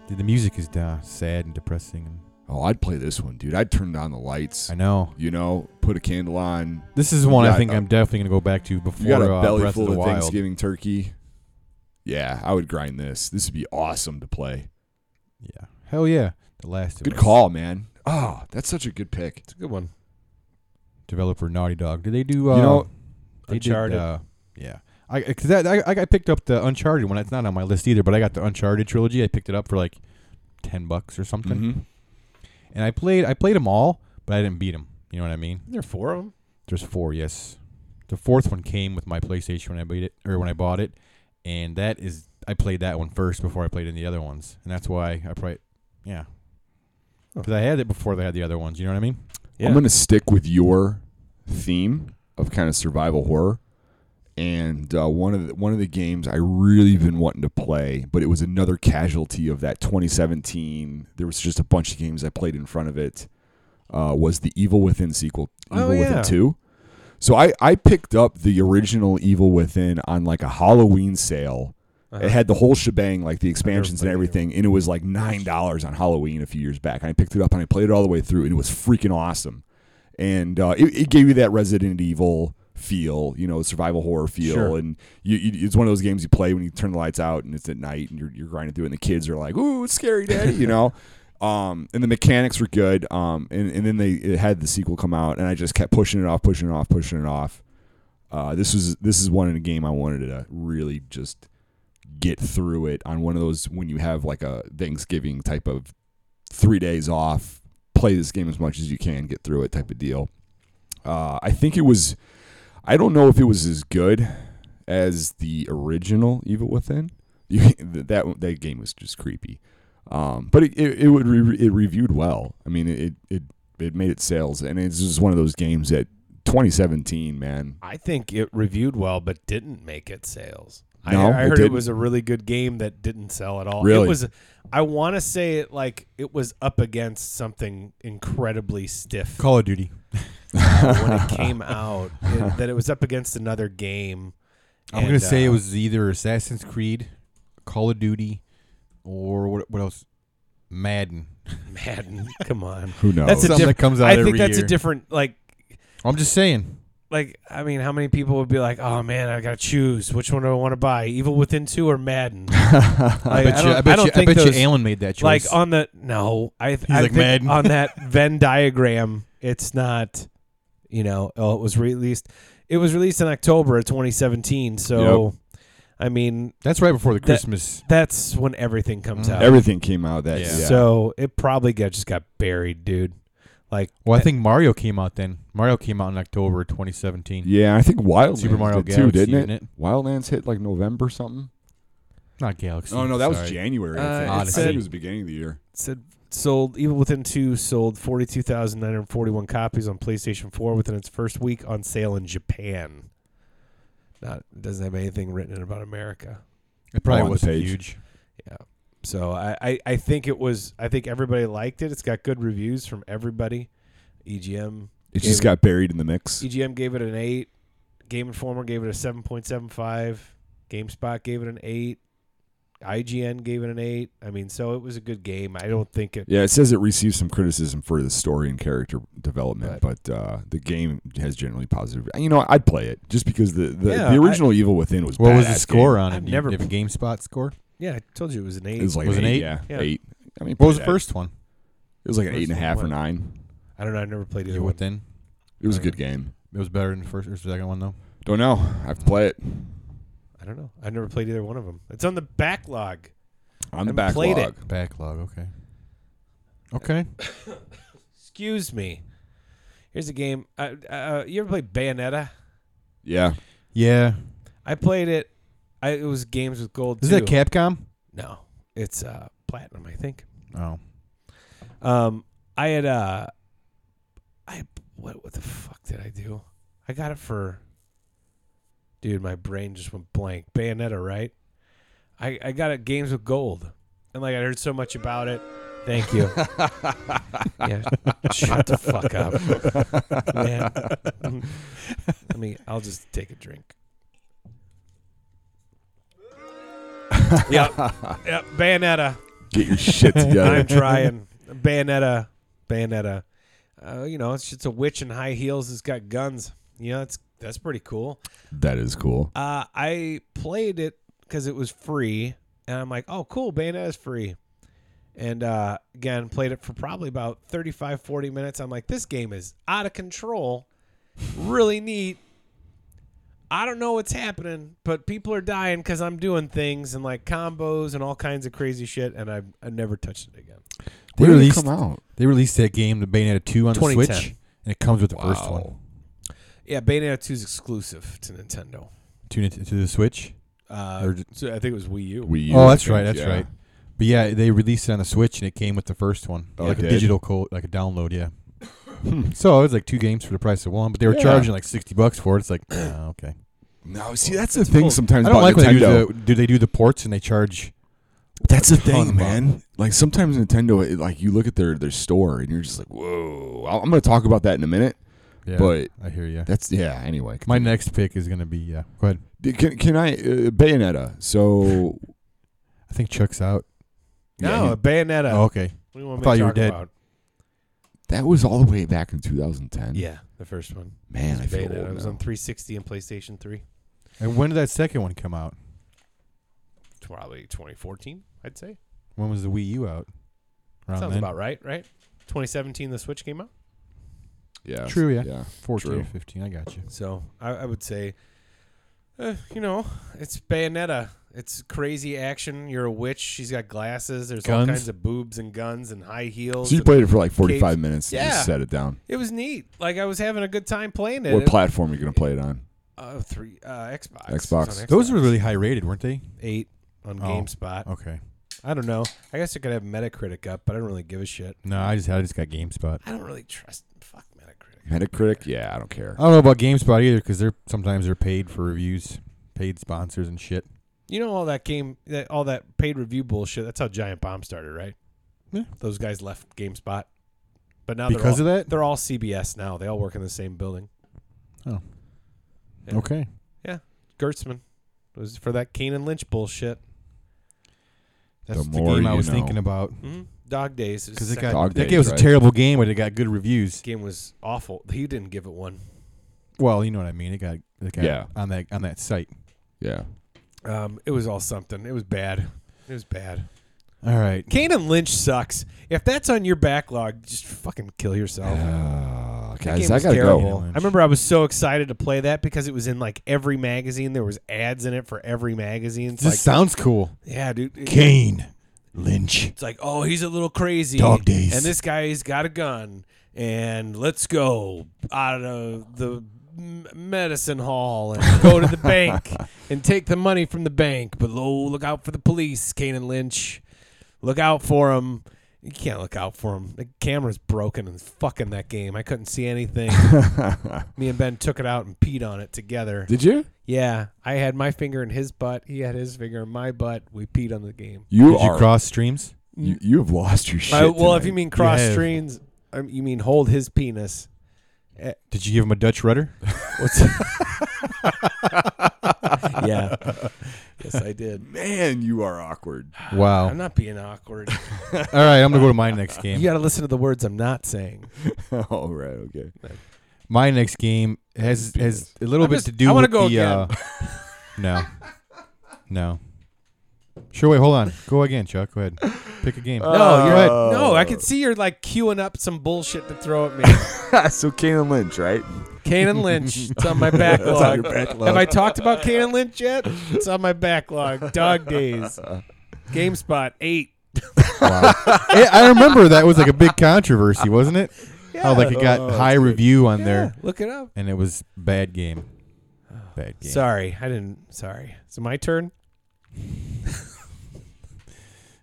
The- The music is uh, sad and depressing. Oh, I'd play this one, dude. I'd turn down the lights. I know. You know, put a candle on. This is one Yeah, I think uh, I'm definitely gonna go back to before You got a uh, belly Breath full of the of, Wild. Thanksgiving turkey. Yeah, I would grind this. This would be awesome to play. Yeah. Hell yeah. The Last of Good Us. call, man. Oh, that's such a good pick. It's a good one. Developer Naughty Dog. Do they do? Uh, you know, they did, Uncharted. uh, yeah. I because that I, I got picked up the Uncharted one. It's not on my list either, but I got the Uncharted trilogy. I picked it up for like ten bucks or something, mhm. and I played I played them all, but I didn't beat them. You know what I mean? there are four of them. There's four, yes. The fourth one came with my PlayStation when I beat it or when I bought it, and that is I played that one first before I played any other ones, and that's why I probably yeah. Because I had it before they had the other ones. You know what I mean? Yeah. I'm going to stick with your theme of kind of survival horror. And uh, one of the, one of the games I really been wanting to play, but it was another casualty of that 2017. There was just a bunch of games I played in front of it. Uh, was the Evil Within sequel, Oh, Evil yeah. Within Two? So I I picked up the original Evil Within on like a Halloween sale. Uh-huh. It had the whole shebang, like the expansions and played it. everything, and it was like nine dollars on Halloween a few years back. And I picked it up and I played it all the way through, and it was freaking awesome. And uh, it, it gave you that Resident Evil feel, you know, survival horror feel, Sure. and you, you, it's one of those games you play when you turn the lights out and it's at night and you're, you're grinding through, it and the kids are like, "Ooh, it's scary, daddy," you know. Um, and the mechanics were good. Um, and, and then they it had the sequel come out, and I just kept pushing it off, pushing it off, pushing it off. Uh, this was this is one in a game I wanted to really just get through it on one of those when you have like a Thanksgiving type of three days off, play this game as much as you can, get through it type of deal. Uh, I think it was, I don't know if it was as good as the original Evil Within. You, that that game was just creepy, um, but it it, it would re- it reviewed well. I mean, it it it made its sales, and it's just one of those games that 2017, man. I think it reviewed well, but didn't make it sales. No, I, I it heard it, didn't. was a really good game that didn't sell at all. Really? It was. I want to say it like it was up against something incredibly stiff Call of Duty. uh, when it came out. it- that it was up against another game. I'm And, gonna say it uh, was either Assassin's Creed, Call of Duty, or what? What else? Madden. Madden. Come on, Who knows? That's a Something diff- that comes out. I every think that's year. a different like I'm just saying. like I mean, how many people would be like, "Oh man, I gotta choose which one do I want to buy, Evil Within Two or Madden?" I Like, bet you. don't- I bet, don't you, I think bet you. those- Alan made that choice. Like on the no, I, I like, think Madden. on that Venn diagram, it's not. You know, oh, it was released. It was released in October of 2017. So, I mean, that's right before the that- Christmas. that's when everything comes Mm. out. Everything came out that Yeah. yeah. So it probably got just got buried, dude. Like, well, I think Mario came out then. Mario came out in October 2017. Yeah, I think Wildlands Super Mario did too, Galaxy, didn't it? isn't it? Wildlands hit like November something. Not Galaxy. Oh no, that was sorry. January. Uh, I think. it I think said- it was the beginning of the year. said sold Evil Within 2 sold 42,941 copies on PlayStation 4 within its first week on sale in Japan. Not doesn't have anything written in about America. It probably on the wasn't page. huge. So I, I, I think it was I think everybody liked it. It's got good reviews from everybody. E EGM It just Game- got buried in the mix. EGM E gave it an eight. Game Informer gave it a seven point seven five. GameSpot gave it an eight. IGN gave it an eight. I mean, so it was a good game. I don't think it Yeah, it says it received some criticism for the story and character development, but uh, the game has generally positive. You know, I'd play it just because the the, Yeah, the original Evil Within was What was the badass score game. on it? I've Do you never- have a GameSpot score? Yeah, I told you it was an eight. It was like Was an it eight, eight? Yeah, Yeah. eight. I mean, What was the play that. first one? It was like an First eight and a one half or was- nine. I don't know. I've never played either You one. within. It was a Uh, good game. It was better than the first or second one though. Don't know. I've played it I don't know. I've never played either one of them. It's on the backlog. on the Haven't backlog. played Backlog. Okay. Okay. Excuse me. Here's a game. Uh, uh, you ever play Bayonetta? Yeah, Yeah. I played it. I, it was games with gold. Is too. that Capcom? No, it's uh, platinum. I think. Oh. Um, I had uh, I what what the fuck did I do? I got it for. Dude, my brain just went blank. Bayonetta, right? I I got it games with gold, and like I heard so much about it. Thank you. yeah, shut the fuck up, man. Let me. I'll just take a drink. yep, yep. Bayonetta. Get your shit I'm together. trying. Bayonetta. Bayonetta. Uh, you know, it's just a witch in high heels. It's got guns. You know, that's that's pretty cool. that is cool. Uh, I played it because it was free, and I'm like, oh, cool, Bayonetta's free. And uh, again, played it for probably about 35, 40 minutes. I'm like, this game is out of control. Really neat. I don't know what's happening, but people are dying because I'm doing things and like combos and all kinds of crazy shit, and I I never touched it again. They When did it released- come out? They released that game, the Bayonetta 2, on the 2010. Switch, and it comes with the first one Wow. Yeah, Bayonetta 2 is exclusive to Nintendo. to, Nint- to the Switch. Uh, Or- so I think it was Wii U. Wii U, oh, I that's right, think, that's yeah. right. But yeah, they released it on the Switch, and it came with the first one, Oh, it like a did? Hmm. digital code, like a download. Yeah. so it was like two games for the price of one, but they were Yeah. charging like sixty bucks for it. It's like, ah, okay. No, see, that's the thing full- sometimes I don't about like when they do, Nintendo. the, do they do the ports and they charge. That's the ton thing, of man. Like sometimes Nintendo, it, like you look at their their store and you're just like, whoa. I'm going to talk about that in a minute, Yeah, but I hear you. that's yeah. Anyway, My next pick is gonna be yeah. Go ahead. can can I uh, Bayonetta? So I think Chuck's out. No, yeah, Bayonetta. Oh, okay. What do you want I me thought to you were talk dead. about? that was all the way back in 2010. Yeah, the first one. man, I It was feel beta. old It was now. on 360 and PlayStation 3. And when did that second one come out? Probably 2014, I'd say. When was the Wii U out? Around Sounds then? about right, right? 2017, the Switch came out. Yeah, True, yeah. yeah. 14 True. 15. I got you. So I, I would say, uh, you know, it's Bayonetta. It's crazy action. You're a witch. She's got glasses. There's all Guns. kinds of boobs and guns and high heels. So you and- played it for like 45 minutes and Yeah. just set it down. it was neat. Like I was having a good time playing it. What It- platform are you going to play it on? uh, three uh, Xbox. Xbox. It's on Those were really high rated, weren't they? eight on Oh. GameSpot. Okay. I don't know. I guess I could have Metacritic up, but I don't really give a shit. No, I just had I just got GameSpot. I don't really trust fuck Metacritic. Metacritic? Yeah, I don't care. Oh, I don't know about GameSpot either because they're sometimes they're paid for reviews, paid sponsors and shit. You know all that game, that, all that paid review bullshit. That's how Giant Bomb started, right? Yeah. Those guys left GameSpot, but now because they're all, of that. they're all CBS now. They all work in the same building. yeah. Okay. Gertzman was for that Kane and Lynch bullshit. That's the, more game I you was know. thinking about Mm-hmm. Dog Days because it second got Dog that Days, game was right? a terrible game, but it got good reviews. game was awful. He didn't give it one. Well, you know what I mean. It got it got Yeah. on that on that site. Yeah. Um, it was all something. It was bad. It was bad. All right. Kane and Lynch sucks. If that's on your backlog, just fucking kill yourself. Uh, Oh. That guys, game I was got to terrible. go. go. I remember I was so excited to play that because it was in like every magazine. There was ads in it for every magazine. It's This like, sounds cool. yeah, dude. It- Kane Lynch. It's like, oh, he's a little crazy. Dog days. And this guy's got a gun. And let's go out of the m- medicine hall and go to the bank and take the money from the bank. But oh, look out for the police, Kane and Lynch. Look out for him. You can't look out for him. The camera's broken and fucking that game. I couldn't see anything. Me and Ben took it out and peed on it together. Did you? Yeah, I had my finger in his butt. He had his finger in my butt. We peed on the game. You Did you are. cross streams? you, you have lost your shit. I- well, if tonight. you mean cross have. streams, um, you mean hold his penis. Did you give him a Dutch rudder? What's yeah. Yes, I did. man, you are awkward. Wow. I'm not being awkward. All right, I'm gonna go to my next game. You got to listen to the words I'm not saying. All right, okay. My next game has has a little I'm bit just- to do I wanna with go the. again. Uh, no, no. Sure. Wait. Hold on. Go again, Chuck. Go ahead. Pick a game. No, you're Go no. I could see you're like queuing up some bullshit to throw at me. Ah, so Kalen Lynch, right? Kane and Lynch. It's on my That's on your backlog. backlog. Have I talked about Kane and Lynch yet? It's on my backlog. Dog Days. GameSpot eight. ahead. Wow. I, I remember that was like a big controversy, wasn't it? Yeah. How like it got Oh, that's high good. review on Yeah, there, Look it up. and it was bad game. Bad game. Sorry, I didn't. Sorry. It's my turn.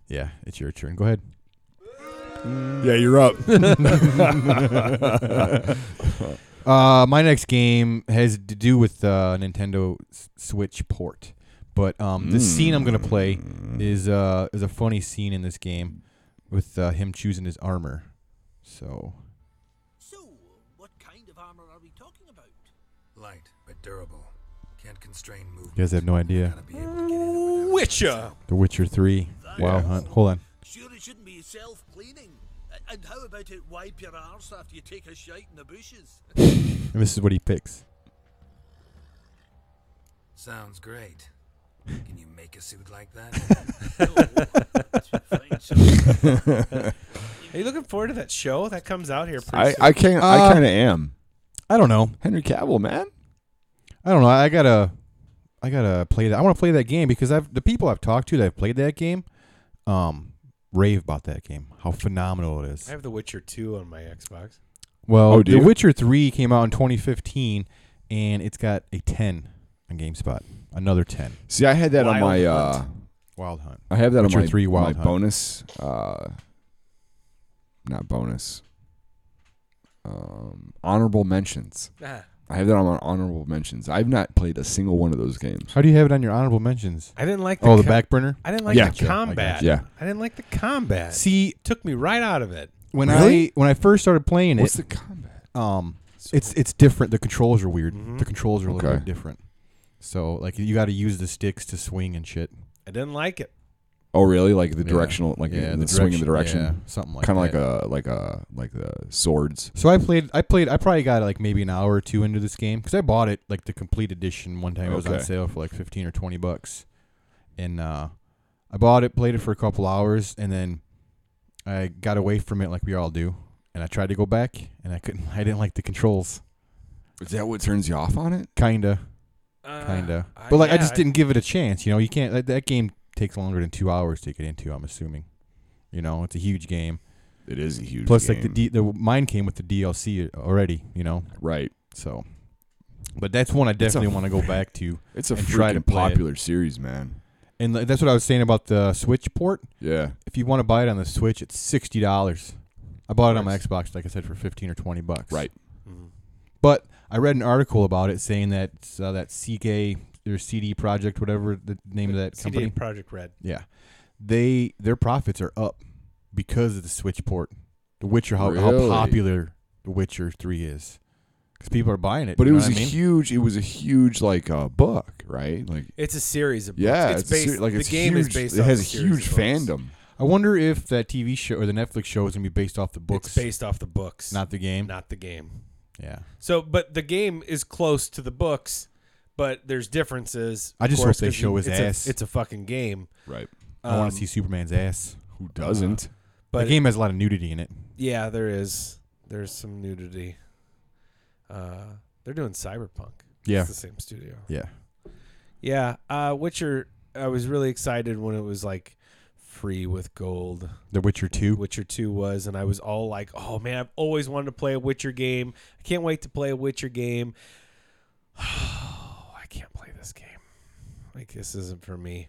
Yeah, it's your turn. Go ahead. Yeah, you're up. Uh, my next game has to do with uh, Nintendo S- Switch port, but um, the scene I'm gonna play is uh is a funny scene in this game with uh, him choosing his armor. So So, what kind of armor are we talking about? Light, but durable. Can't constrain movement. you guys have no idea. Gotta be able to get in and without Witcher. The Witcher Three. Wow, hunt. hold on. Sure, it shouldn't be self cleaning. And how about it wipe your arse after you take a shite in the bushes? And this is what he picks. Sounds great. Can you make a suit like that? Fine, so- Are you looking forward to that show that comes out here? Pretty I soon? I can I Uh, kind of am. I don't know. Henry Cavill, man. I don't know. I gotta, I gotta play that. I want to play that game because I've the people I've talked to that have played that game, um, rave about that game. How phenomenal it is. I have The Witcher 2 on my Xbox. Well, Oh, do The you? Witcher 3 came out in 2015, and it's got a 10 on GameSpot. Another 10. See, I had that Wild on my uh, Hunt. Wild Hunt. I have that Witcher on my, 3 Wild my Hunt. bonus. Uh, not bonus. Um, honorable mentions. I have that on my honorable mentions. I've not played a single one of those games. How do you have it on your honorable mentions? I didn't like the Oh, the co- back burner. I didn't like Yeah. the Gotcha, I combat. gotcha. Yeah. I didn't like the combat. See, took me right out of it. when Really? I when I first started playing What's it, the combat? um, it's it's different. The controls are weird. Mm-hmm. Mhm. The controls are a little Okay. bit different. So like you got to use the sticks to swing and shit. I didn't like it. Oh, really? Like the Yeah. directional, like yeah, in the, swing in the direction, yeah, something like kind of that. like a like a like the swords. So I played. I played. I probably got like maybe an hour or two into this game because I bought it like the complete edition one time. It was on Okay. sale for like fifteen or twenty bucks, and uh, I bought it, played it for a couple hours, and then I got away from it like we all do. And I tried to go back, and I couldn't. I didn't like the controls, Is that what turns you off on it? kinda, Uh, kinda. I- but like I yeah, just didn't give it a chance. You know, you can't. That, that game takes longer than two hours to get into. I'm assuming. You know, it's a huge game. It is a huge. Plus, like the game. D, the mine came with the DLC already. You know, right. So, but that's one I definitely a- want to go back to. It's a and try to freaking play it. popular series, man. And th- that's what I was saying about the Switch port. Yeah, If you want to buy it on the Switch, it's sixty dollars. I bought it on my Nice. Xbox, like I said, for fifteen or twenty bucks. right. Mhm. But I read an article about it saying that uh, that CK or CD Project, whatever the name of that CD company, Project Red. yeah, they their profits are up because of the Switch port. The Witcher, how, how Really? popular The Witcher Three is, because people are buying it. But you it know was what a I mean? huge. It was a huge like uh, book, right? Like It's a series of books. yeah, it's, a based ser- like the it's game huge, is based. It off has a a series huge of books. fandom. I wonder if that TV show or the Netflix show is gonna be based off the books, It's based off the books, not the game. not the game. yeah, So, but the game is close to the books, but there's differences. I of just course, hope they 'cause show you- his it's a- ass. it's a fucking game. Right. I want Um, to see Superman's ass. Who doesn't? But the game has a lot of nudity in it. yeah, there is. There's some nudity. Uh, they're doing Cyberpunk. Yeah, It's the same studio. yeah. Yeah, uh, Witcher. I was really excited when it was like free with gold. The Witcher Two. Witcher Two was, and I was all like, "Oh man, I've always wanted to play a Witcher game. I can't wait to play a Witcher game." I can't play this game. Like this isn't for me.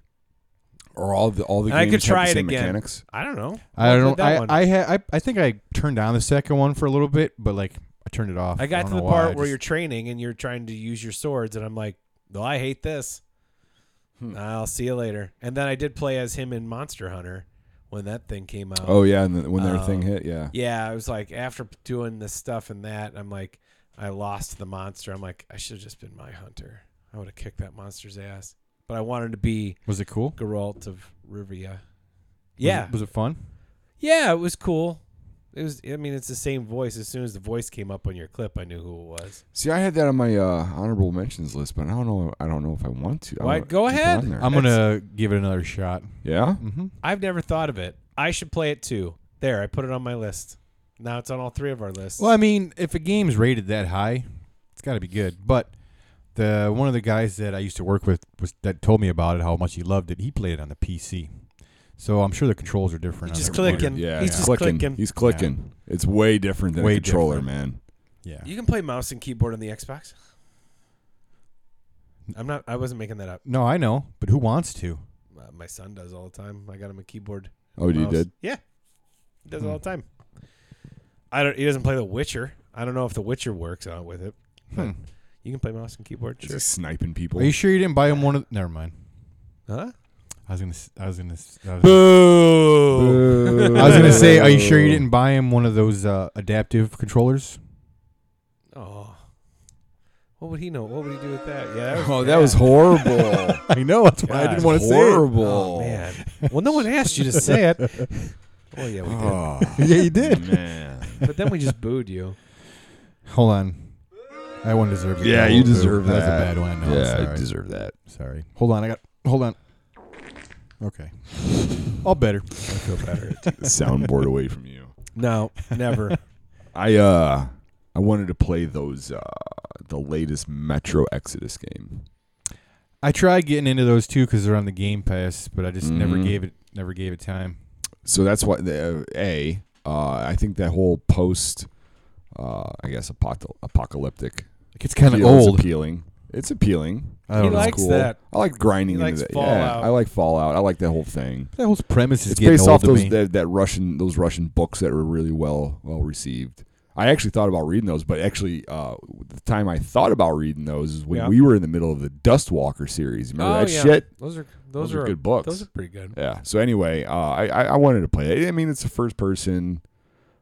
Or all the all the And I games could try have it the same again. Um, mechanics. I don't know. I played don't. that I one. I, ha- I I think I turned down the second one for a little bit, but like I turned it off. I got don't to the know why, part I where just- you're training and you're trying to use your swords, and I'm like, "Well, I hate this. I'll see you later." And then I did play as him in Monster Hunter when that thing came out. Oh yeah, and the, when their Um, thing hit, yeah. Yeah, I was like, after p- doing this stuff and that, I'm like, I lost the monster. I'm like, I should have just been my hunter. I would have kicked that monster's ass. But I wanted to be Was it cool? Was Geralt of Rivia. Yeah, it- Was it, fun? yeah, it was cool. It was. I mean, it's the same voice. As soon as the voice came up on your clip, I knew who it was. See, I had that on my uh, honorable mentions list, but I don't know. I don't know if I want to. I Why- don't go keep it ahead. Um, on there. I'm gonna give it another shot. yeah. Mm-hmm. I've never thought of it. I should play it too. There, I put it on my list. Now it's on all three of our lists. Well, I mean, if a game's rated that high, it's got to be good. But the one of the guys that I used to work with was that told me about it, how much he loved it. He played it on the PC, so I'm sure the controls are different. He's on just every one. clicking. Yeah, He's yeah. just clicking. clicking. He's clicking. It's way different than Way a controller, different. man. Yeah. You can play mouse and keyboard on the Xbox. I'm not. I wasn't making that up. No, I know, but who wants to? Uh, my son does all the time. I got him a keyboard. Oh, you mouse. did? Hmm. Yeah. He does it all the time. I don't. He doesn't play The Witcher. I don't know if The Witcher works out with it. Hmm. But You can play mouse and keyboard. Is Sure. he sniping people? Are you sure you didn't buy him one of? Never mind. Huh? I was gonna. s- I was gonna. s- I was, Boo. I was gonna say, are you sure you didn't buy him one of those uh, adaptive controllers? Oh. What would he know? What would he do with that? Yeah. That was, Oh, that was horrible. I know that's why I God, didn't want to say. it. horrible. Oh, man. Well, no one asked you to say it. Well, yeah, we did. Oh, yeah, you did. man. But then we just booed you. Hold on. That one deserves. a Yeah, double you boo. deserve that. That's a bad one. I know. yeah, sorry. I deserve that. Sorry. Hold on. I got. Hold on. Okay. All better. I feel better. The soundboard away from you. no, never. I uh, I wanted to play those uh, the latest Metro Exodus game. I tried getting into those too because they're on the Game Pass, but I just never Mhm. gave it. Never gave it time. So that's why the a. Uh, I think that whole post, uh, I guess apocal- apocalyptic Like it's kind of feel is old. appealing. It's appealing. I don't He know. likes cool. that. I like grinding He into likes that. Yeah, Fallout. I like Fallout. I like that whole thing. That whole premise is it's getting based old off to those me. that, that Russian those Russian books that were really well well received. I actually thought about reading those, but actually, uh, the time I thought about reading those is when Yeah. Oh, we were in the middle of the Dustwalker series. Remember that shit? Those are those, Those are are, good books. Those are pretty good. Yeah. So anyway, uh, I I I wanted to play it. I mean, it's a first person,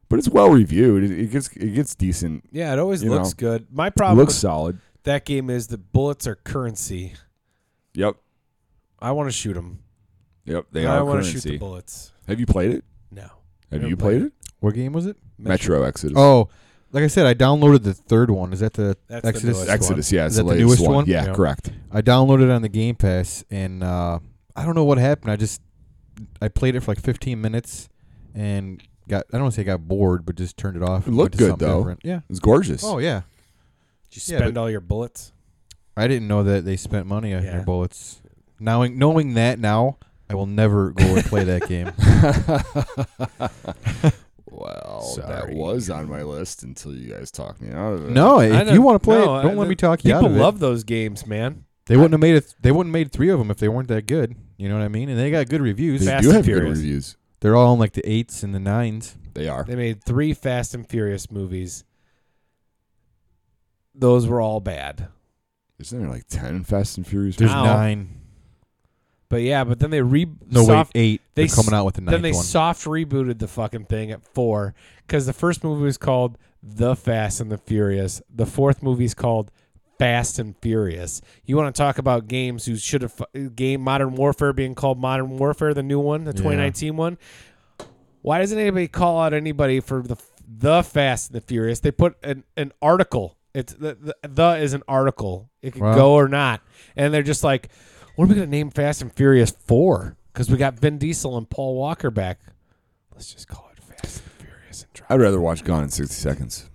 but it's well reviewed. It, it gets it gets decent. Yeah, it always You looks know, good. My problem looks with solid. that game is the bullets are currency. Yep. I want to shoot them. Yep. They I are want to shoot the currency. bullets. Have you played it? No. Have Never you played played it? What game was it? Metro Exodus. Oh, like I said, I downloaded the third one. Is that the That's the Exodus? newest Exodus. Yeah, it's Is the that the latest newest one. one? Yeah, Yeah. correct. I downloaded it on the Game Pass, and uh, I don't know what happened. I just I played it for like 15 minutes, and got I don't want to say got bored, but just turned it off. and looked went to good, something though. different. Yeah. It's gorgeous. Oh yeah. Did you Yeah, spend all your bullets? I didn't know that they spent money on Yeah. your bullets. Now knowing that now, I will never go and play that game. Well, that Sorry. was on my list until you guys talked me out of it. No, I if don't- you want to play no, it, don't I- let me the- talk you out People of it. love those games, man. They wouldn't have made it. They wouldn't have made three of them if they weren't that good. You know what I mean? And they got good reviews. they Fast do and have good Furious. reviews. They're all in like the eights and the nines. They are. They made three Fast and Furious movies. Those were all bad. Isn't there like ten Fast and Furious? There's Ow. nine. But yeah, but then they re No soft, wait, eight. they They're coming s- out with the ninth then they one. soft rebooted the fucking thing at four because the first movie was called The Fast and the Furious. The fourth movie's called Fast and Furious. You want to talk about games who should have fu- game Modern Warfare being called Modern Warfare, the new one, the Yeah. 2019 one. Why doesn't anybody call out anybody for the the Fast and the Furious? They put an, an article. It's the, the the is an article. It could Wow. go or not, and they're just like, what are we gonna name Fast and Furious four? Because we got Vin Diesel and Paul Walker back. Let's just call it Fast and Furious and drop. I'd rather watch Gone in sixty seconds.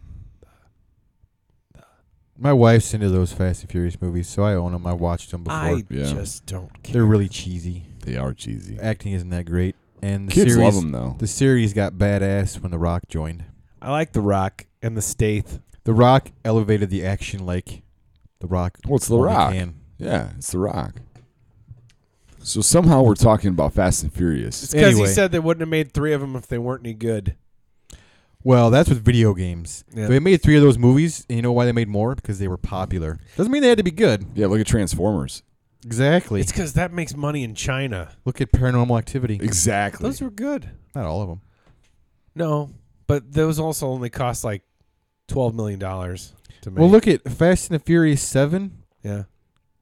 My wife's into those Fast and Furious movies, so I own them. I watched them before. I yeah. just don't care. They're really cheesy. They are cheesy. The acting isn't that great, and the Kids series love them though. the series got badass when The Rock joined. I like The Rock and the Stath. The Rock elevated the action like The Rock. What's The only Rock? Can. Yeah, it's The Rock. So somehow we're talking about Fast and It's Furious. because Anyway. he said they wouldn't have made three of them if they weren't any good. Well, that's with video games. Yeah. They made three of those movies, and you know why they made more? Because they were popular. Doesn't mean they had to be good. Yeah, look at Transformers. Exactly. It's because that makes money in China. Look at Paranormal Activity. Exactly. Those were good. Not all of them. No, but those also only cost like twelve million dollars to make. Well, look at Fast and the Furious Seven. yeah.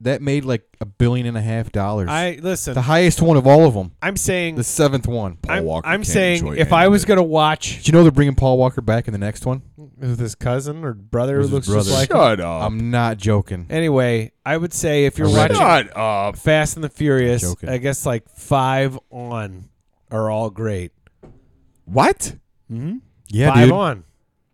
That made like a billion and a half dollars. I listen. the highest one of all of them. I'm saying. The seventh one. Paul I'm, Walker I'm can't saying enjoy if any I of was it. gonna watch Did you know they're bringing Paul Walker back in the next one? with his cousin or brother who It was his looks brother. just like. shut up, I'm not joking. Eh, Anyway, I would say if you're I read it. watching shut up. Fast and the Furious, Joking. I guess like five on are all great. What? Yeah, Mm-hmm. five dude. on.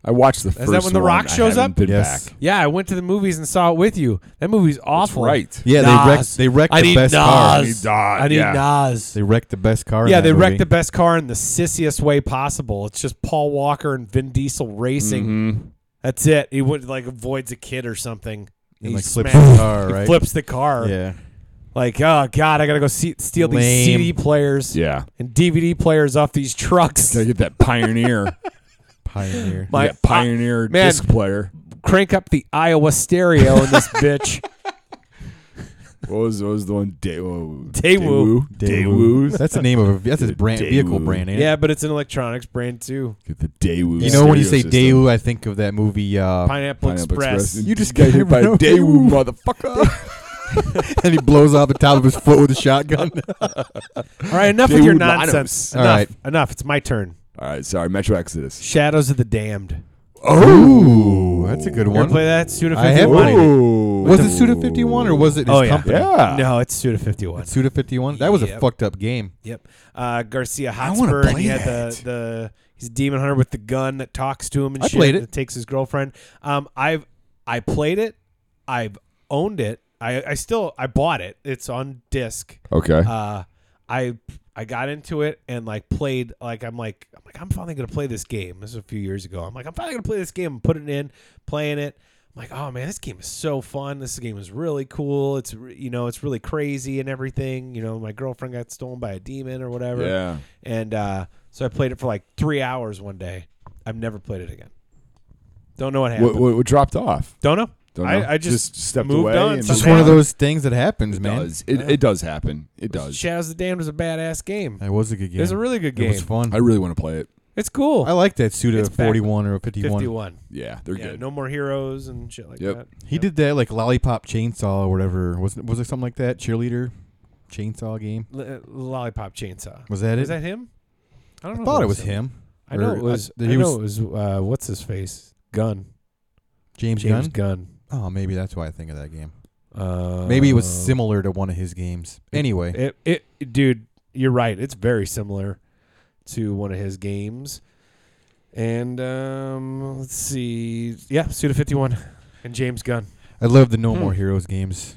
I watched the first. that when The one. Rock I shows haven't up? Been Yes. back. Yeah, I went to the movies and saw it with you. That movie's awful. Right. Yeah, they Nas. wrecked. They wrecked I the need best Nas. car. I need Dodd, I need yeah. Nas. They wrecked the best car. in Yeah, that they movie. wrecked the best car in the sissiest way possible. It's just Paul Walker and Vin Diesel racing. Mm-hmm. Mm-hmm. That's it. He would like avoids a kid or something. And, he like, flips smashes- the car, he right? flips the car. Yeah. Like, oh god, I gotta go see- steal these Lame. CD players Yeah. and DVD players off these trucks. Gotta get that Pioneer. Pioneer. My- that Pioneer man. disc player. Crank up the Iowa stereo in this bitch. What was, what was the one? oh, Daewoo. Daewoo. Daewoo. That's the name of a that's his brand vehicle Daewoo. brand. ain't it? yeah, but it's an electronics brand too. Get the Daewoo. You know when you say stereo system. Daewoo, I think of that movie. Uh, Pineapple, Pineapple Express. Express. You just got can't hit by a remember. Daewoo, motherfucker. and he blows off the top of his foot with a shotgun. All right, enough with Daewoo your Lanos. nonsense. All enough, right. enough. It's my turn. All right, sorry. Metro Exodus. Shadows of the Damned. Ooh, Oh. that's a good You ever one. play that? Suda I have 51. played it. Ooh. Was it Suda 51 or was it his Oh, yeah. company? Yeah. No, it's Suda 51. Suda 51. That was Yep. a fucked up game. Yep. Uh, Garcia wanna Hotspur. and he play had the, that. the he's a demon hunter with the gun that talks to him and I shit. played it. That takes his girlfriend. Um, I've I played it. I've owned it. I, I still I bought it. It's on disc. Okay. Uh, I I got into it and like played like I'm like I'm like I'm finally gonna play this game. This was a few years ago. I'm like I'm finally gonna play this game. I'm putting it in, playing it. I'm like, oh man, this game is so fun. This game is really cool. It's re- you know it's really crazy and everything. You know my girlfriend got stolen by a demon or whatever. Yeah. And uh, so I played it for like three hours one day. I've never played it again. Don't know what happened. What, what, what dropped off? Don't know. Don't know. I, I just, Just stepped moved away on. and Just Okay. one of those things that happens, It man. does. It, it does happen. It does. Shadows of the Damned was a badass game. That was a good game. It was a really good It game. was fun. I really want to play it. It's cool. I like that Suda It's back. 41 or 51. 51. Yeah, they're Yeah, good. no more heroes and shit like Yep. that. He did that like lollipop chainsaw or whatever. Was was it something like that? Cheerleader chainsaw game. L- uh, lollipop chainsaw. Was that it? Was that him? I don't I know. thought if it was him. him. I know Or, it was. uh, I he know was it was. Uh, what's his face? Gun. James, James Gunn. Gunn. Oh, maybe that's why I think of that game. Uh, Maybe it was similar to one of his games. Anyway, It, it, dude, you're right. It's very similar to one of his games. And um, let's see. Yeah, Suda 51 and James Gunn. I love the No Hmm. More Heroes games.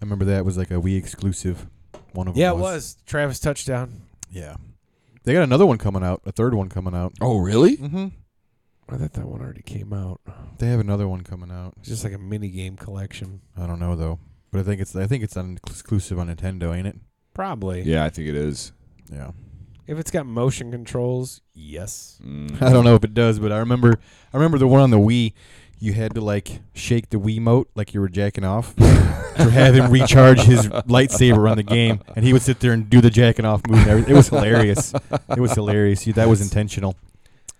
I remember that was like a Wii exclusive. One of them Yeah, it was Travis touchdown. Yeah, they got another one coming out, a third one coming out. Oh, really? Mm-hmm. I thought that one already came out. They have another one coming out. It's just like a mini game collection, I don't know though, but I think it's I think it's on exclusive on Nintendo, ain't it? probably. Yeah, I think it is. Yeah. If it's got motion controls, yes. Mm. I don't know if it does, but I remember I remember the one on the Wii. You had to like shake the Wii mote like you were jacking off, or have him recharge his lightsaber on the game, and he would sit there and do the jacking off move. And everything. It was hilarious. It was hilarious. You- That was intentional.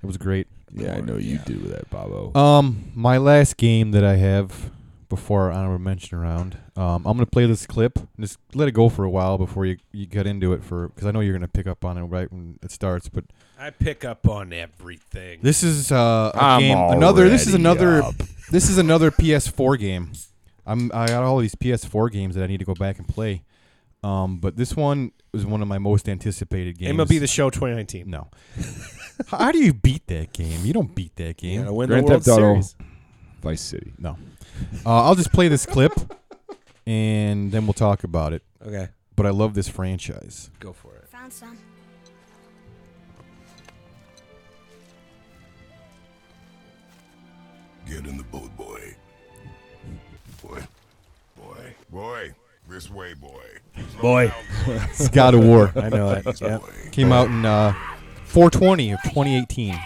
It was great. Yeah, I know you do with that, Bobo. Um, my last game that I have before our honorable mention round, um, I'm gonna play this clip. Just let it go for a while before you you get into it for because I know you're gonna pick up on it right when it starts. But I pick up on everything. This is uh, a I'm game. Another. This is already another. up. This is another PS4 game. I'm. I got all these PS4 games that I need to go back and play. Um, but this one was one of my most anticipated games. MLB the Show 2019. no. How do you beat that game? You don't beat that game. Gotta win Grand the World Theft Auto. Series. Vice City. No. Uh, I'll just play this clip, and then we'll talk about it. Okay, But I love this franchise. go for it. Found some. Get in the boat, boy. Boy. Boy. Boy. This way, boy. Slow Boy. down, boy. It's God of War. I know it. Yep. Came out in uh, 420 of 2018,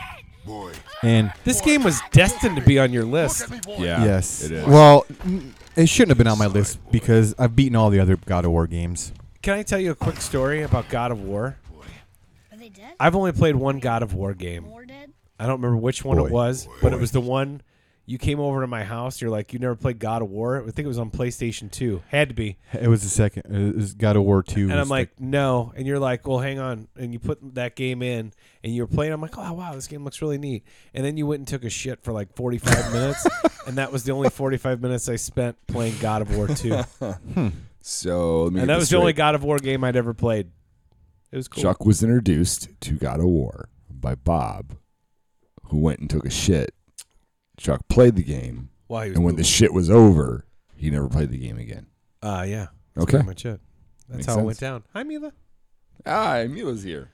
Boy. and This game was destined to be on your Look list. at me, boy. Yeah. Yes. It is. Well, n- it shouldn't have been on my list because I've beaten all the other God of War games. Can I tell you a quick story about God of War? Are they dead? I've only played one God of War game. More dead? I don't remember which one it Boy. was, but it was the one you came over to my house. You're like, you never played God of War. I think it was on PlayStation 2. Had to be. It was the second. It was God of War two. And was I'm like, no. And you're like, well, hang on. And you put that game in, and you were playing. I'm like, oh wow, this game looks really neat. And then you went and took a shit for like 45 minutes, and that was the only 45 minutes I spent playing God of War 2. So let me. and that get this was the only straight. God of War game I'd ever played. It was cool. Chuck was introduced to God of War by Bob, who went and took a shit. Chuck played the game, While he was and when the shit was over, he never played the game again. uh, yeah. That's Okay. Pretty much it. That's Makes how it went sense. down. Hi, Mila. Ah, Mila's here.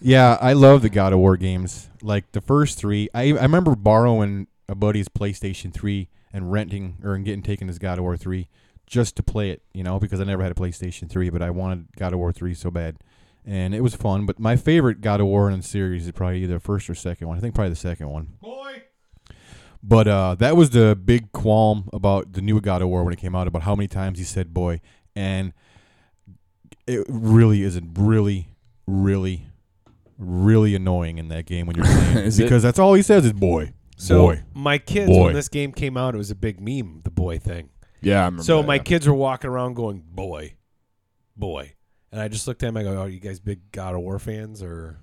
yeah, I love the God of War games. Like the first three, I I remember borrowing a buddy's PlayStation three and renting or and getting taken as God of War three just to play it, you know, because I never had a PlayStation 3, but I wanted God of War 3 so bad. And it was fun, but my favorite God of War in the series is probably either first or second one. I think probably the second one. Boy. But uh, that was the big qualm about the new God of War when it came out about how many times he said boy. And it really is really, really, really annoying in that game when you're playing. Is it? because that's all he says is boy. So boy. my kids, Boy. when this game came out, it was a big meme, the boy thing. Yeah, I remember. So that. my kids were walking around going, boy, boy. And I just looked at them. I go, oh, you guys big God of War fans or,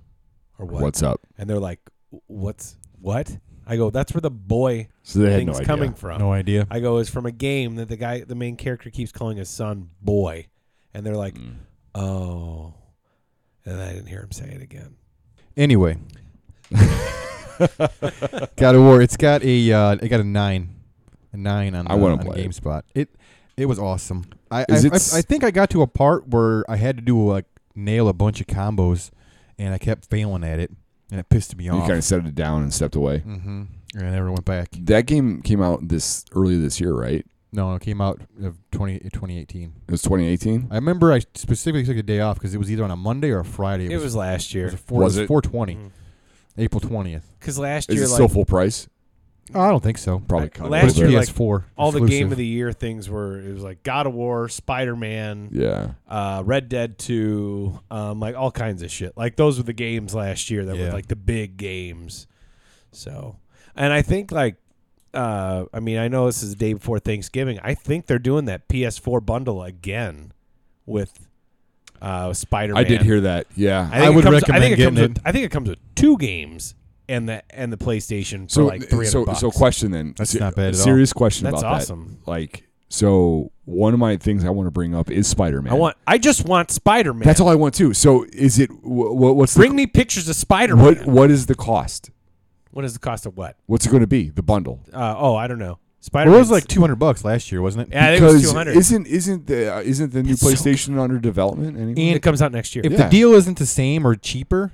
or what? what's up? And they're like, what's, what? I go, that's where the boy So they had no thing's idea. coming from. No idea. I go, is from a game that the guy, the main character keeps calling his son boy. And they're Mm. like, oh. And I didn't hear him say it again. Anyway, God of War. It's got a uh, it got a nine, a nine on, I uh, wanna on play it. GameSpot. It it was awesome. I I, Is it I s- I think I got to a part where I had to do like nail a bunch of combos, and I kept failing at it, and it pissed me You off. kind of set it down and stepped away. mm-hmm. And I never went back. That game came out this early this year, right? No, it came out of 20, 2018. It was 2018. I remember I specifically took a day off because it was either on a Monday or a Friday. It, was, last it was year. Mm-hmm. a four, Was it? it was four twenty, April twentieth. Because last Is year, it like, still full price? Oh, I don't think so. Probably Uh, cut. a last little year, like, bit. PS4 all the game exclusive. of the year things were it was like God of War, Spider Man, yeah. uh, Red Dead Two, um, like all kinds of shit. Like those were the games last year that were Yeah. like the big games. So, and I think like, uh, I mean, I know this is the day before Thanksgiving. I think they're doing that PS4 bundle again with uh, Spider Man. I did hear that. Yeah. think I it would comes- recommend I think it getting comes it. With, I think it comes with two games and the and the PlayStation for so like three so bucks. so question then. That's Se- not bad at all. Serious question That's about awesome. that. Like so one of my things I want to bring up is Spider-Man. I want. I just want Spider Man. That's all I want too. So is it what, what's Bring me pictures of Spider the, what Man. what is the cost? What is the cost of what? What's it going to be? The bundle. Uh, oh, I don't know. Spider Well, Man it was like two hundred bucks last year, wasn't it? Yeah, I think it was Because two hundred. Isn't isn't the uh, isn't the new so PlayStation under development anymore? It comes out next year. If Yeah. the deal isn't the same or cheaper,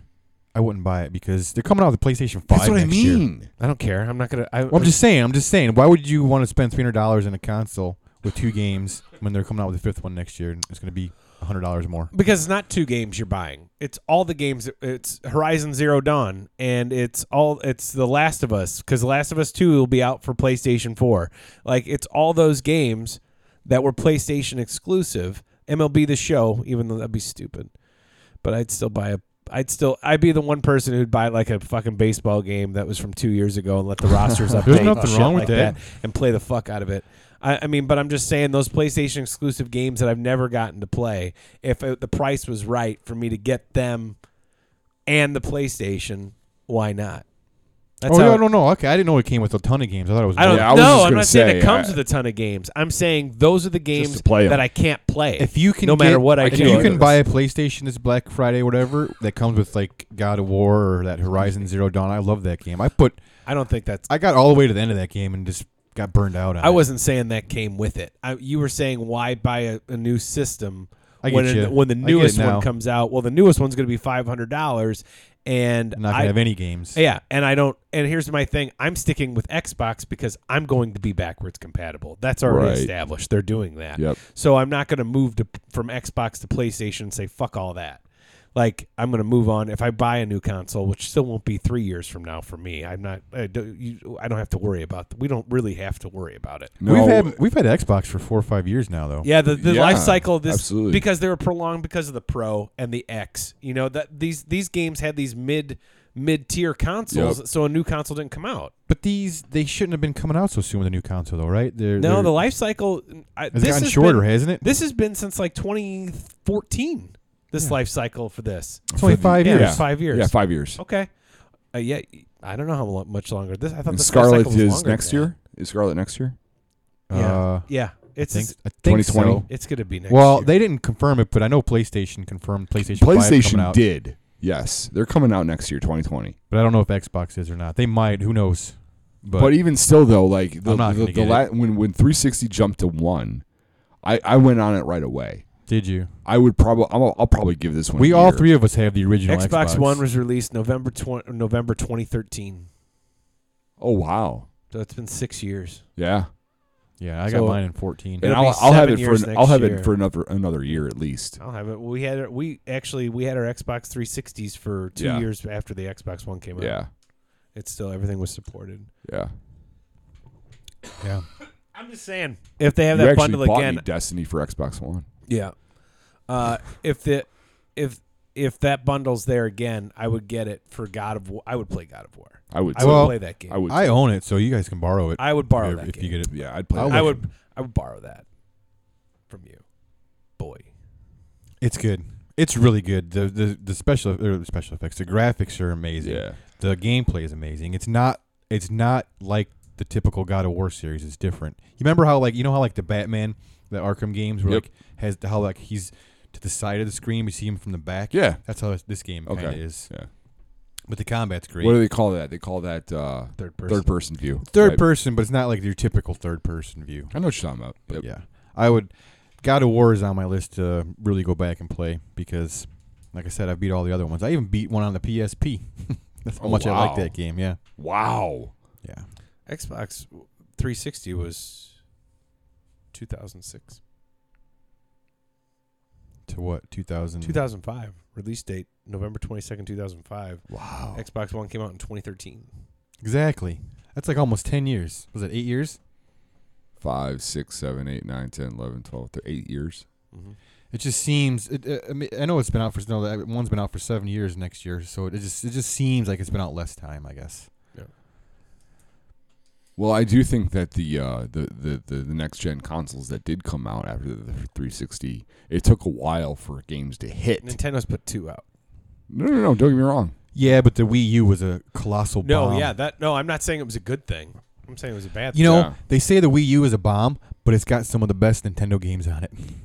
I wouldn't buy it because they're coming out with the PlayStation Five. That's what I next year. mean. I don't care. I'm not gonna. I, Well, I'm just saying. I'm just saying. Why would you want to spend three hundred dollars in a console with two games when they're coming out with the fifth one next year? and It's going to be hundred dollars more. because it's not two games you're buying. It's all the games. It's Horizon Zero Dawn, and it's all. It's The Last of Us because The Last of Us Two will be out for PlayStation Four. Like it's all those games that were PlayStation exclusive. MLB The Show, even though that'd be stupid, but I'd still buy a. I'd still. I'd be the one person who'd buy like a fucking baseball game that was from two years ago and let the rosters update. and nothing shit wrong with like that. and play the fuck out of it. I, I mean, but I'm just saying those PlayStation exclusive games that I've never gotten to play, if uh the price was right for me to get them and the PlayStation, why not? That's oh how. yeah, no, no. Okay, I didn't know it came with a ton of games. I thought it was. I don't Yeah, I was know. just I'm gonna not saying say, it comes I- with a ton of games. I'm saying those are the games to play 'em. that I can't play. If you can, no matter get- what I if do, you I can do. buy a PlayStation this Black Friday, whatever that comes with like God of War or that Horizon Zero Dawn. I love that game. I put. I don't think that's. I got all the way to the end of that game and just got burned out on. I it. wasn't saying that came with it. I, you were saying why buy a, a new system I get when a- you. when the I get it newest one now. comes out? Well, the newest one's going to be five hundred dollars, and I'm not gonna I, have any games. Yeah, and I don't. And here's my thing: I'm sticking with Xbox because I'm going to be backwards compatible. That's already Right. established. They're doing that. Yep. So I'm not going to move to from Xbox to PlayStation and say fuck all that. Like I'm going to move on if I buy a new console, which still won't be three years from now for me. I'm not. I don't, you, I don't have to worry about. We don't really have to worry about it. No, We've had we've had Xbox for four or five years now, though. Yeah, the, the Yeah, life cycle of this absolutely. because they were prolonged because of the Pro and the X. You know that these these games had these mid mid tier consoles, Yep. so a new console didn't come out. But these they shouldn't have been coming out so soon with a new console, though, right? They're, No, they're, the life cycle. I, it's this gotten has shorter, been- hasn't it? This has been since like 2014. This life cycle for this. it's only five yeah, years. it was five years. Yeah, five years. Okay. Uh, yeah, I don't know how lo- much longer this. I thought And the Scarlet cycle was is longer next than that. year. Is Scarlet next year? Uh, Yeah, I it's think, I think 2020. so. it's gonna be next. Well, year. they didn't confirm it, but I know PlayStation confirmed PlayStation. 5 coming PlayStation out, did. Yes, they're coming out next year, 2020. but I don't know if Xbox is or not. They might. Who knows? But, But, e- even still, though, like the, I'm not the, gonna the, get la- when when 360 jumped to one, I I went on it right away. did you? I would probably I'll, I'll probably give this one. We a all year. three of us have the original Xbox, Xbox One was released November 20, November 2013. Oh wow, So it's been six years. yeah. Yeah, I So- got mine in 14. And It'll I'll, be I'll have seven it for years an, I'll next have year. it for another another year at least. I don't have it. We had our- we actually we had our Xbox 360s for two Yeah. years after the Xbox One came out. Yeah, it's still everything was supported. yeah. yeah. I'm just saying, if they have you that actually bundle bought again, me Destiny for Xbox One. yeah. Uh, if the if if that bundle's there again, I would get it for God of War. I would play God of War. I would. I would Well, play that game. I would. I own it, so you guys can borrow it. I would borrow if, that if game. you get it. yeah, I'd play. I it. I would I would borrow that from you, boy. It's good. It's really good. The the, the special er, special effects, the graphics are amazing. Yeah, The gameplay is amazing. It's not it's not like the typical God of War series. It's different. You remember how like you know how like the Batman, the Arkham games were Yep. like has how like he's to the side of the screen. We see him from the back. yeah. That's how this game kind of Okay. is. Yeah. But the combat's great. What do they call that? They call that uh, Third person. third person view. third Right. person, but it's not like your typical third person view. I know what you're talking about. Yep. But yeah, I would. God of War is on my list to really go back and play because, like I said, I beat all the other ones. I even beat one on the PSP. That's how Oh, much I like wow. that game. Yeah, Wow. yeah. Xbox 360 was 2006, To what? Two thousand. 2005 release date November 22nd, 2005. Wow. Xbox One came out in 2013. Exactly. That's like almost ten years. Was it eight years? Five, six, seven, eight, nine, ten, eleven, twelve, thir- eight years. It just seems. It, uh, I, mean, I know it's been out for no. that One's been out for seven years next year, so it just it just seems like it's been out less time. I guess. Well, I do think that the uh, the, the, the the next gen consoles that did come out after the 360, it took a while for games to hit. Nintendo's put two out. No, no, no. Don't get me wrong. Yeah, but the Wii U was a colossal. No, bomb. yeah, that no, I'm not saying it was a good thing. I'm saying it was a bad You know, Yeah. they say the Wii U is a bomb, but it's got some of the best Nintendo games on it. thing.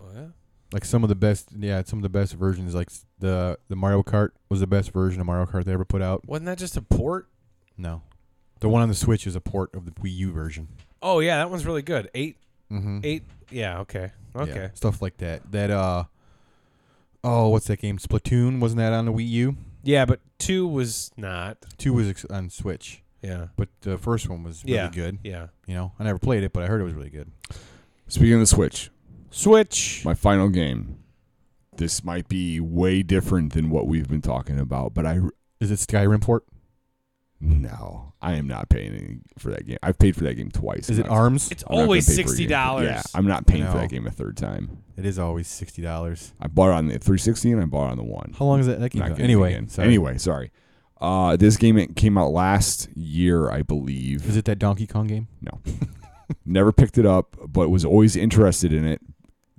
Oh, yeah? Like some of the best, yeah, some of the best versions. Like s- the the Mario Kart was the best version of Mario Kart they ever put out. Wasn't that just a port? No, the one on the Switch is a port of the Wii U version. Oh yeah, that one's really good. Eight, Mm-hmm. eight. Yeah, okay, okay. stuff like that. That uh, oh, what's that game? Splatoon wasn't that on the Wii U? Yeah, but two was not. Two was ex- on Switch, Yeah, but the first one was really yeah, good. Yeah, You know, I never played it, but I heard it was really good. Speaking of the Switch, Switch. my final game. This might be way different than what we've been talking about, but I Is it Skyrim port? no, I am not paying any for that game. I've paid for that game twice. Is I'm it not- Arms? it's I'm not gonna always pay for a game for- sixty dollars. Yeah, I'm not paying for No. that game a third time. It is always sixty dollars. I bought it on the 360 and I bought it on the one. How long is that? That game Not go- getting it Anyway, again. sorry. anyway, sorry. Uh, this game it came out last year, I believe. is it that Donkey Kong game? Never picked it up, but was always interested in it.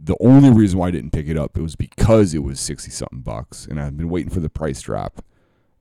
The only reason why I didn't pick it up it was because it was sixty something bucks, and I've been waiting for the price drop.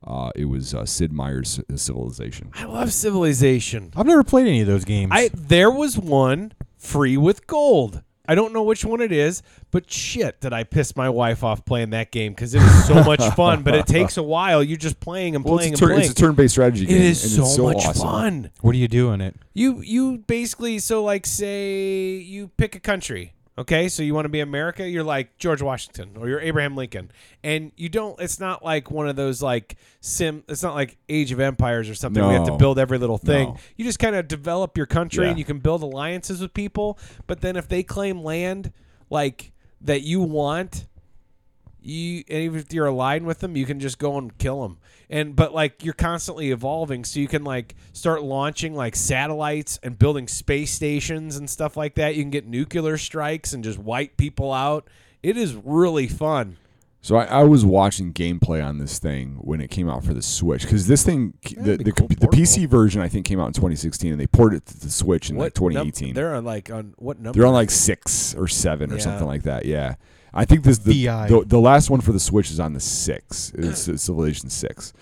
Uh, it was uh, Sid Meier's Civilization. I love Civilization. I've never played any of those games. I there was one free with gold. I don't know which one it is, but shit, did I piss my wife off playing that game because it was so much fun. But it takes a while. You're just playing and Well, playing it's, a turn, and playing. it's a turn-based strategy game. it is and so, it's so much awesome. fun. what do you do in it? You you basically so like say you pick a country. Okay, so you want to be America, you're like George Washington or you're Abraham Lincoln. And you don't it's not like one of those like sim it's not like Age of Empires or something. We have to No. build every little thing. No. You just kind of develop your country Yeah. and you can build alliances with people, but then if they claim land like that you want, you and even if you're aligned with them, you can just go and kill them. And but like you're constantly evolving, so you can like start launching like satellites and building space stations and stuff like that. You can get nuclear strikes and just wipe people out. It is really fun. So I, I was watching gameplay on this thing when it came out for the Switch because this thing, the be the, cool the PC version I think came out in 2016 and they ported it to the Switch in like num- 2018. they're, they're on like on what number? on like six or seven or Yeah. something like that. Yeah, I think this the, VI. the the last one for the Switch is on the six. It's uh, Civilization six,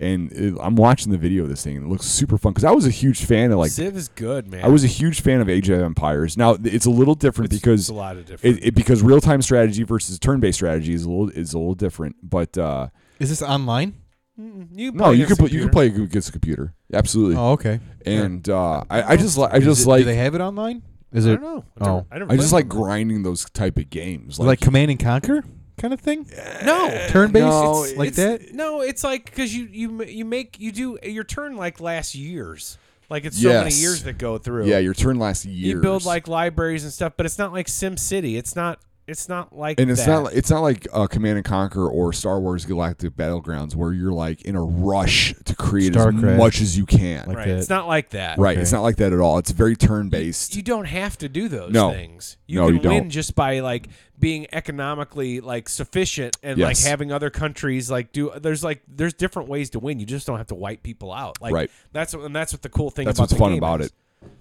and it, I'm watching the video of this thing and it looks super fun because I was a huge fan of like Civ is good, man. I was a huge fan of Age of Empires. Now th- it's a little different because it's a lot of different. it, it, because real time strategy versus turn based strategy is a little is a little different. But uh, Is this online? you no, you can could play, you could play against a computer, absolutely. Oh, okay. and uh, I, I just like I Is just it- like Do they have it online? Is I it don't know. I Oh. never, I, never I just played like grinding those type of games. like, Command and Conquer kind of thing? them. eh, no. Turn based Uh, no, like it's- that? No, it's like because you you ma- you make you do your turn like last year's. Like it's so many Yes. years that go through. Yeah, your turn lasts you years. build like libraries and stuff, but it's not like Sim City. It's not. It's not like. and it's that. not like, it's not like uh, Command and Conquer or Star Wars Galactic Battlegrounds where you're like in a rush to create StarCraft. as much as you can. Like right. that. It's not like that. right, it's not like that at all. It's very turn based. You don't have to do those No. things. You No, can you don't. win just by like being economically like sufficient and Yes. like having other countries like do. There's like there's different ways to win. You just don't have to wipe people out. Like Right. that's and that's what the cool thing. That's about what's the fun game about is. it.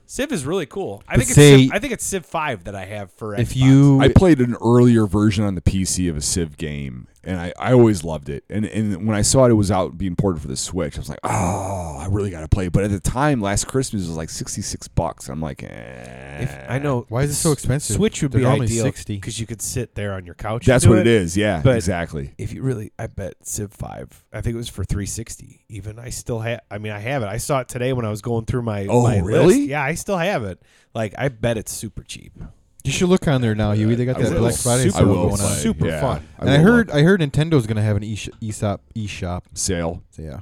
Civ is really cool. I But think say- it's Civ, I think it's Civ five that I have for If Xbox. you, I played an earlier version on the PC of a Civ game, and I, I always loved it. And and when I saw it, it was out being ported for the Switch. I was like, oh, I really got to play. it." But at the time, last Christmas it was like sixty six bucks. I'm like, eh. If, I know why is it so expensive? Switch would They're be normally ideal 60. because you could sit there on your couch. that's and do what it is. Yeah, But- exactly. If you really, I bet Civ Five. I think it was for 360. Even I still have. I mean, I have it. I saw it today when I was going through my. Oh, my really? list. Yeah, I still have it. Like, I bet it's super cheap. Oh, You should look on there now, Huey. They got I that will. Black Friday Super sale will going on. play. Super Yeah, fun. I And I will heard, look. I heard Nintendo's gonna have an e eShop eShop. sale. So yeah,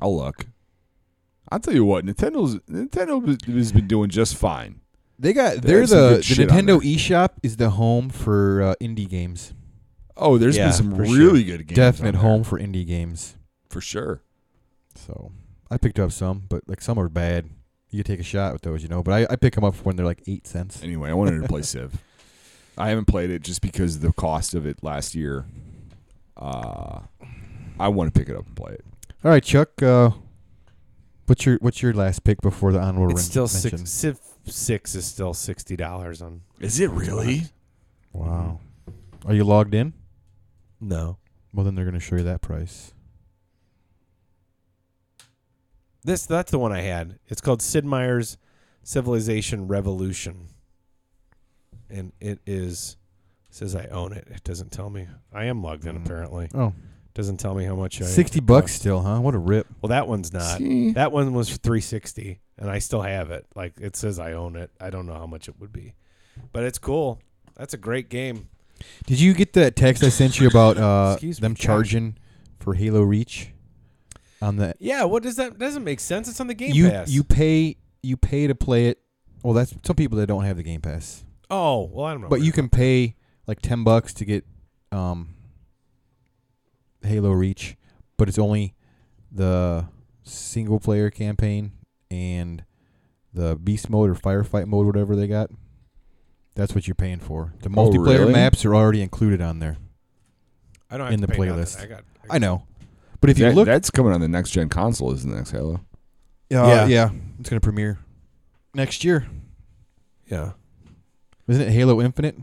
I'll Oh, look. I'll tell you what, Nintendo's Nintendo has been doing just fine. they got They they're have some the, good the shit on Nintendo there. eShop is the home for uh, indie games. Oh, there's Yeah, been some for really good games. Definite on there, home for indie games. for sure. So I picked up some, but like some are bad. You could take a shot with those, you know. But I, I pick them up when they're like eight cents. Anyway, I wanted to play Civ. I haven't played it just because of the cost of it last year. Uh, I want to pick it up and play it. All right, Chuck. Uh, what's your what's your last pick before the honorable It's still ren- mention? six. Civ Six is still sixty dollars on. Is it really? Wow. mm-hmm. Are you logged in? No, Well, then they're gonna show you that price. this that's the one I had. It's called Sid Meier's Civilization Revolution, and it is says I own it. It doesn't tell me. I am logged in apparently. Oh, Doesn't tell me how much. I 60 bucks still, huh? What a rip. Well, that one's not. See? That one was 360, and I still have it. Like it says, I own it. I don't know how much it would be, but it's cool. That's a great game. Did you get that text I sent you about uh, Excuse me, them Josh. charging for Halo Reach on the Yeah, what does that? Doesn't make sense. It's on the Game you Pass. you pay you pay to play it. Well, that's some people that don't have the Game Pass, oh well, I don't know. but you can pay like ten bucks to get um, Halo Reach, but it's only the single player campaign and the beast mode or firefight mode, whatever they got. That's what you're paying for. The multiplayer Oh, really? maps are already included on there. I don't have in to the pay nothing. playlist. I got. I know, but if you That- look, that's coming on the next gen console, isn't the next Halo? yeah, uh, yeah, it's gonna premiere next year. Yeah. Isn't it Halo Infinite?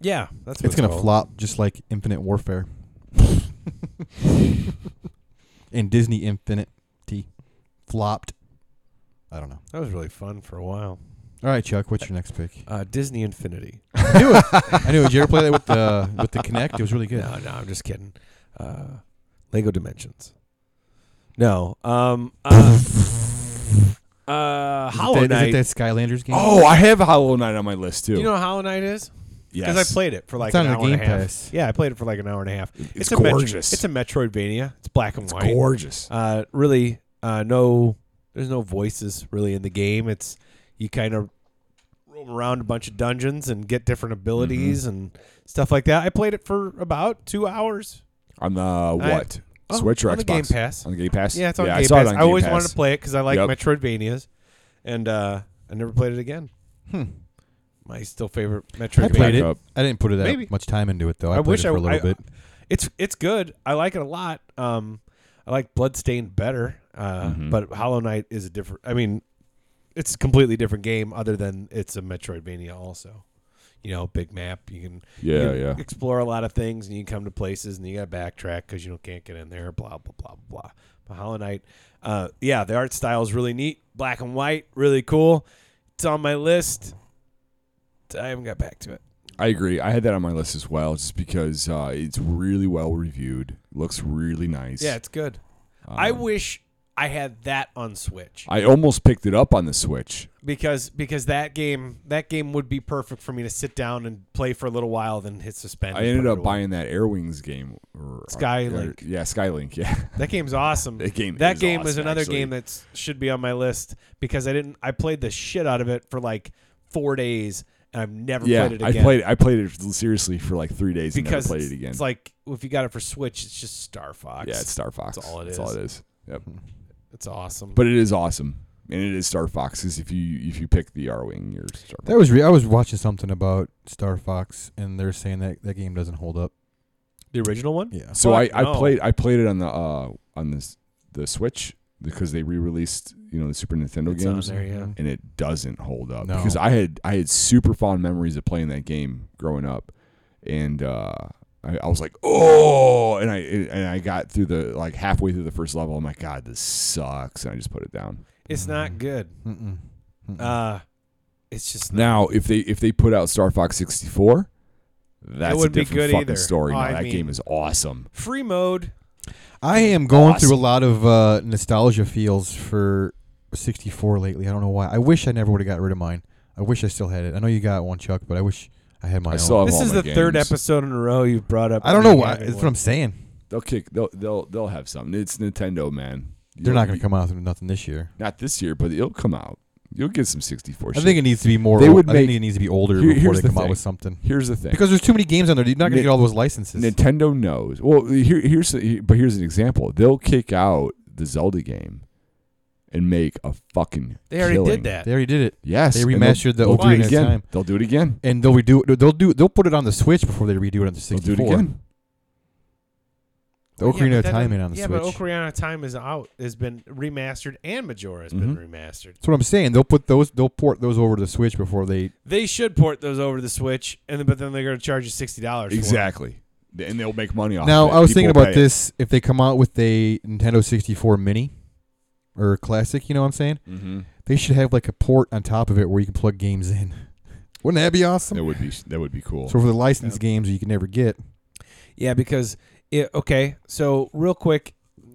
Yeah, that's what It's gonna called. flop just like Infinite Warfare. and Disney Infinite T flopped. I don't know. That was really fun for a while. All right, Chuck, what's your next pick? Uh, Disney Infinity. I knew it. I knew it. Did you ever play that with the with the Uh, Kinect? It was really good. No, no, I'm just kidding. Uh, Lego Dimensions. No. Um. Uh, uh, Is it Hollow that- Knight. Is it that Skylanders game? Oh, I have Hollow Knight on my list too. Do you know what Hollow Knight is? yes, Because I played it for like It's on an the hour and a Game half. Pass. Yeah, I played it for like an hour and a half. It's, It's a Metro- gorgeous. it's a Metroidvania. It's black and It's white. gorgeous. Uh, really, uh, no, there's no voices really in the game. It's you kind of roam around a bunch of dungeons and get different abilities Mm-hmm. and stuff like that. I played it for about two hours. On the what? oh, Switch or on Xbox? the Game Pass. On the Game Pass. Yeah, it's on yeah, Game I saw Pass. It on I Game always Pass. wanted to play it because I like Yep. Metroidvanias, and uh, I never played it again. Hmm. My still favorite Metroidvania. I played it. up. I didn't put it that Maybe. much time into it though. I, I played wish it I for a little I- bit. It's it's good. I like it a lot. Um, I like Bloodstained better. Uh, Mm-hmm. but Hollow Knight is a different. I mean, it's a completely different game. Other than it's a Metroidvania, also. You know, big map. You can you Yeah, can yeah. explore a lot of things, and you can come to places, and you got to backtrack because you don't can't get in there. Blah blah blah blah blah. But Hollow Knight, uh, yeah, the art style is really neat. Black and white, really cool. It's on my list. I haven't got back to it. I agree. I had that on my list as well, just because uh, it's really well reviewed. Looks really nice. Yeah, it's good. I wish I had that on Switch I almost picked it up on the Switch. because because that game that game would be perfect for me to sit down and play for a little while, then hit suspend. I and ended put it up away. buying that Air Wings game. Or, Skylink. or- yeah, Skylink. Yeah, That game's awesome. That game That is game is awesome, another actually. game that should be on my list because I didn't. I played the shit out of it for like four days, and I've never yeah. played it I again. played. I played it seriously for like three days because and never played it's, it again. it's like if you got it for Switch, it's just Star Fox. yeah, it's Star Fox. That's all it That's all is. it is. Yep. It's awesome. But it is awesome, and it is Star Fox. 'cause if you if you pick the R wing, you're Star Fox. That was re- I was watching something about Star Fox, and they're saying that that game doesn't hold up. the original one. Yeah. So I, Fuck I no. played I played it on the uh on this the Switch because they re-released you know the Super Nintendo It's on games there, yeah. and it doesn't hold up No. because I had I had super fond memories of playing that game growing up and uh I, I was like oh and I and I got through the like halfway through the first level I'm like god this sucks and I just put it down It's not good. Mm-mm. Mm-hmm. Uh, it's just not. now if they if they put out Star Fox 64 that's a wouldn't be different good fucking either. story Oh, Now, I that mean- game is awesome free mode. I am going through Awesome. a lot of uh, nostalgia feels for 64 lately. I don't know why. I wish I never would have got rid of mine. I wish I still had it. I know you got one, Chuck, but I wish I had my I own. still have This all is my the third games. episode in a row you've brought up. I don't know me why. having That's what one. I'm saying. They'll kick. They'll they'll they'll have something. It's Nintendo, man. They're not going to come out with nothing this year. Not this year, but it'll come out. You'll get some 64. I think it needs to be more. They They would I think make- it needs to be older Here- before here's the they come out thing. with something. here's the thing. Because there's too many games on there. You're not going to Nin- get all those licenses. Nintendo knows. Well, here here's the- but here's an example. They'll kick out the Zelda game and make a fucking. They already killing. did that. They already did it. Yes, They and they'll- remastered the they'll do it Ocarina of again. Time. They'll do it again. And they'll redo it. They'll do. They'll put it on the Switch before they redo it on the They'll 64. do it again. The Ocarina Yeah, but of that Time doesn't- in on the yeah, Switch. but Ocarina of Time is out. Has been remastered, and Majora has been Mm-hmm. remastered. That's what I'm saying. They'll put those. They'll port those over to the Switch before they. They should port those over to the Switch, and then, but then they're going to charge you sixty dollars. Exactly. And they'll make money off. now of it. I was Oh, People thinking pay about it. this. If they come out with a Nintendo 64 Mini or classic, you know what I'm saying? Mhm. They should have like a port on top of it where you can plug games in. Wouldn't that be awesome? That would be that would be cool. So for the licensed games you can never get, Yeah, because it, okay. So real quick,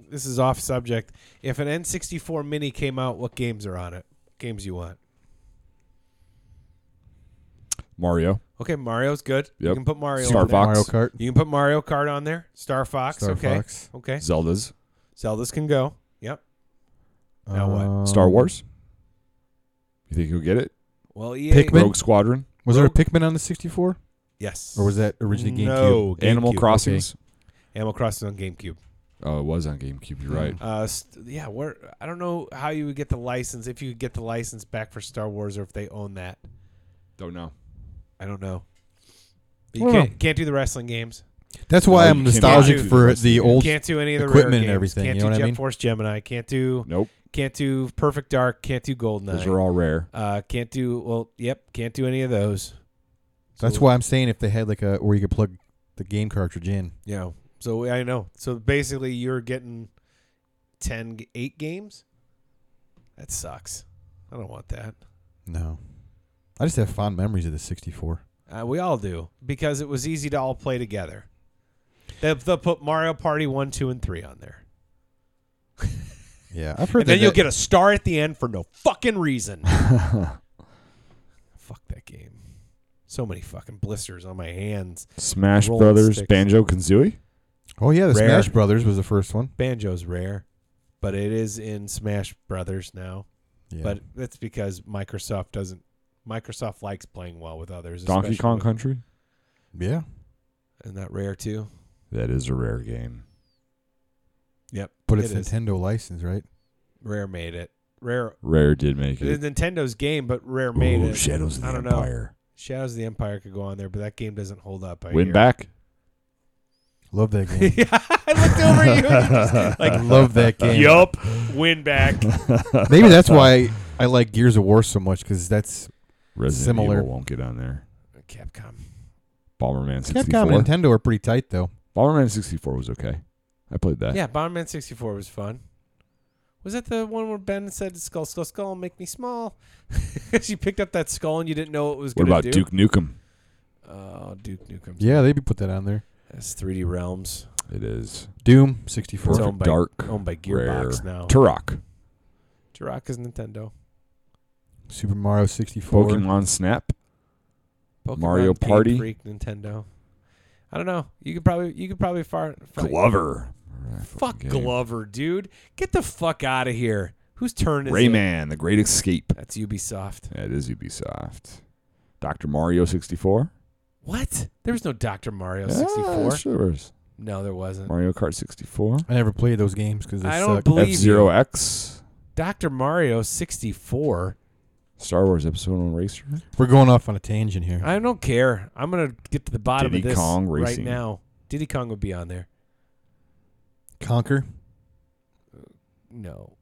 this is off subject. If an N sixty four mini came out, what games are on it? Games you want? Mario, Okay, Mario's good. You Yep. can put Mario. Star on there. Fox. Mario Kart, You can put Mario Kart on there. Star Fox. Star okay. Fox. Okay. Zelda's, Zelda's can go. Yep. Now what? Um, Star Wars. You think you'll get it? Well, E EA. Pikmin? Rogue Squadron, Was there a Pikmin on the 64, Yes. or was that originally GameCube? No. GameCube. Animal okay. Crossings. Animal Crossing on GameCube. Oh, it was on GameCube. You're right. Uh, st- yeah, where I don't know how you would get the license if you could get the license back for Star Wars or if they own that. Don't know. I don't know. But you I don't can't, can't do the wrestling games. That's why No, I'm you cannot nostalgic do the for rest of the the old. can't do any of the equipment rare and games. everything, Can't you know do what I Jet mean? Force Gemini. Can't do Nope. can't do Perfect Dark. Can't do Those Goldeneye. are all rare. Uh, can't do well. Yep. Can't do any of those. That's So, why I'm saying if they had like a where you could plug the game cartridge in. You know, so I know. So basically, you're getting 10, g- eight games. That sucks. I don't want that. No, I just have fond memories of the 64. Uh, we all do because it was easy to all play together. They'll, they'll put Mario Party one, two, and three on there, Yeah, I've heard and then that. you'll get a star at the end for no fucking reason. Fuck that game. So many fucking blisters on my hands. Smash Rolling Brothers, sticks. Banjo Kazooie. oh yeah, the Rare. Smash Brothers was the first one. Banjo's rare, but it is in Smash Brothers now. Yeah. But that's because Microsoft doesn't. Microsoft likes playing well with others. Donkey especially Kong with- Country. yeah, Isn't that rare too? That is a rare game. Yep. but it's it is. Nintendo license, right? Rare made it. Rare. Rare did make It is it. Nintendo's game, but Rare made Ooh, it. Shadows of the I don't know. Empire. Shadows of the Empire could go on there, but that game doesn't hold up. I Win hear. back. Love that game. yeah, I looked over at you. And you just, I like, love that game. yup, win back. Maybe that's why I like Gears of War so much because that's Resident Similar. Evil won't get on there. Capcom. Bomberman 64. Capcom and Nintendo are pretty tight though. Bomberman 64 was okay. I played that. Yeah, Bomberman 64 was fun. Was that the one where Ben said "Skull, skull, skull, make me small"? she picked up that skull and you didn't know what it was What going about to do. Duke Nukem? Oh, Duke Nukem. Yeah, they put that on there. that's 3D Realms. It is Doom 64. It's owned by, dark, owned by rare. Gearbox now. Turok, Turok is Nintendo. Super Mario 64. Pokemon Snap. Pokemon, Mario Paint Party. Freak, Nintendo. I don't know. You could probably you could probably far, fi- Glover. Fuck Glover, dude. Get the fuck out of here. Whose turn is it? Rayman, The Great Escape. That's Ubisoft. That is Ubisoft. Dr. Mario 64. What? There was no Dr. Mario Yeah, 64. sure is. No, there wasn't. Mario Kart 64. I never played those games because they I don't suck. believe F Zero X. you. Dr. Mario 64. Star Wars Episode 1 Racer. We're going off on a tangent here. I don't care. I'm gonna get to the bottom Diddy of this Kong right Racing. now. Diddy Kong would be on there. Conquer. No,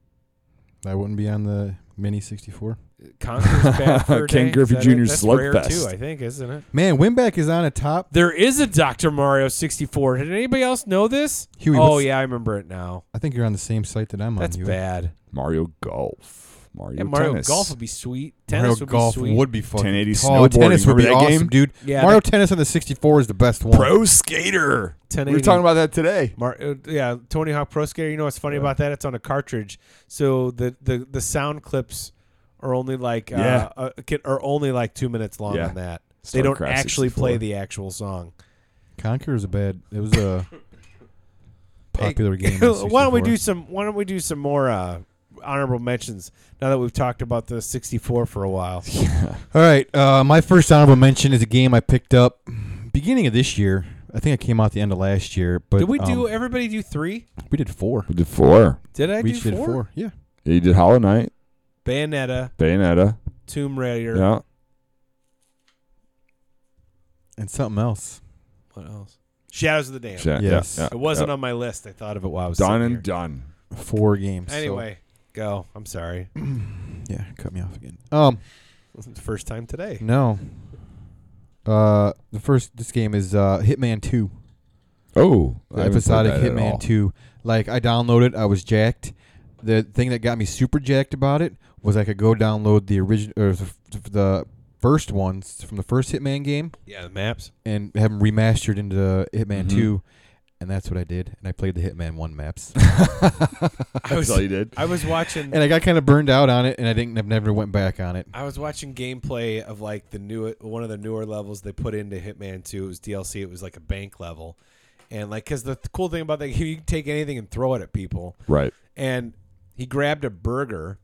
That wouldn't be on the Mini 64. Conker's bad for a Ken day. Is Griffey that Jr.'s it? That's rare Slugfest. too, I think, isn't it? Man, Winback is on a top. There is a Dr. Mario 64. Did anybody else know this? Huey, oh what's- yeah, I remember it now. I think you're on the same site that I'm That's on. Huey. bad. Mario Golf. Mario Yeah, Mario Tennis. Golf would be sweet. Tennis Mario would Golf be sweet. would be fun. 1080 oh, snowboarding. tennis would be Remember that awesome, game? dude. Yeah, Mario that- Tennis on the 64 is the best one. Pro Skater. We 1080. were talking about that today. Mar- uh, yeah, Tony Hawk Pro Skater. You know what's funny about that? It's on a cartridge, so the the, the sound clips are only like uh, Yeah. uh, can, are only like two minutes long Yeah. on that. StarCraft they don't actually play 64. the actual song. Conquer is a bad. It was a popular game. on the why don't we 64. do some? Why don't we do some more uh, honorable mentions? Now that we've talked about the '64 for a while, All right. Uh, my first honorable mention is a game I picked up beginning of this year. I think it came out the end of last year. But did we um, do? Everybody do three? we did four. We did four. Did I we do each did four. Yeah. Yeah, you did Hollow Knight, Bayonetta, Bayonetta. Tomb Raider. Yeah. And something else. What else? Shadows of the Dam. Sha- Yes. Yeah, yeah, It wasn't yeah. on my list. I thought of it while I was Done sitting and here. done. Four games. so- Anyway, go. I'm sorry. yeah, cut me off again. Um, Wasn't the first time today. no. Uh, the first this game is uh Hitman Two. Oh, the episodic Hitman 2. Like I downloaded, I was jacked. The thing that got me super jacked about it was I could go download the original or the, the first ones from the first Hitman game Yeah, the maps. and have them remastered into Hitman Mhm. 2, and that's what I did. And I played the Hitman 1 maps. I was That's all you did. I was watching and I got kind of burned out on it and I didn't I've never went back on it. I was watching gameplay of like the new one of the newer levels they put into Hitman 2. It was DLC. It was like a bank level. And like cuz the th- cool thing about that you can take anything and throw it at people. Right. And he grabbed a burger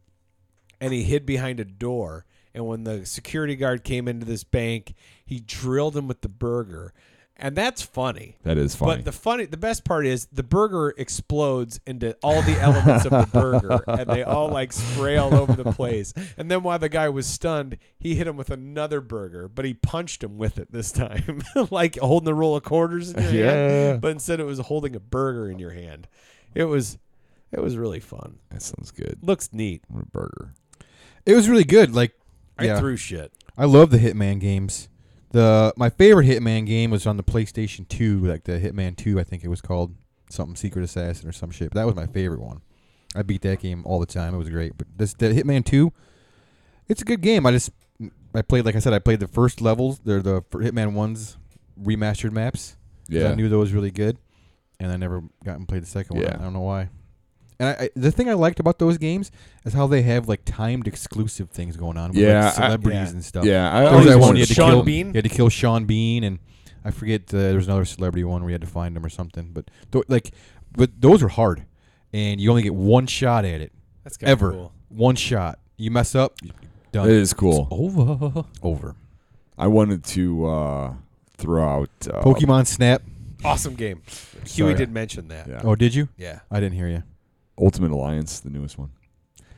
and he hid behind a door. And when the security guard came into this bank, he drilled him with the burger. And that's funny. That is funny. But the funny, the best part is the burger explodes into all the elements of the burger, and they all like spray all over the place. And then while the guy was stunned, he hit him with another burger, but he punched him with it this time, like holding the roll of quarters in your Yeah. hand. But instead, it was holding a burger in your hand. It was, it was really fun. that sounds good. Looks neat. What a burger. It was really good. Like I yeah. threw shit. I love the Hitman games. The my favorite Hitman game was on the PlayStation 2, like the Hitman 2, I think it was called something Secret Assassin or some shit. But that was my favorite one. I beat that game all the time. It was great. But this the Hitman 2, it's a good game. I just I played like I said I played the first levels. They're the fir- Hitman 1's remastered maps. 'cause Yeah. I knew those was really good, and I never got and played the second one. Yeah. I don't know why. And I, I, the thing I liked about those games is how they have like timed exclusive things going on with like, Yeah, I- celebrities yeah. and stuff. yeah. I There was always that Sean one you wanted had to to Sean kill. Bean? You had to kill Sean Bean, and I forget uh, there was another celebrity one where you had to find him or something. But th- like, but those are hard, and you only get one shot at it That's kinda ever. cool. One shot. You mess up, done. It is cool. over. Over. I wanted to uh, throw out uh, Pokemon Snap. Awesome game. Huey Sorry. did mention that. Yeah. Oh, did you? Yeah. I didn't hear you. Ultimate Alliance, the newest one.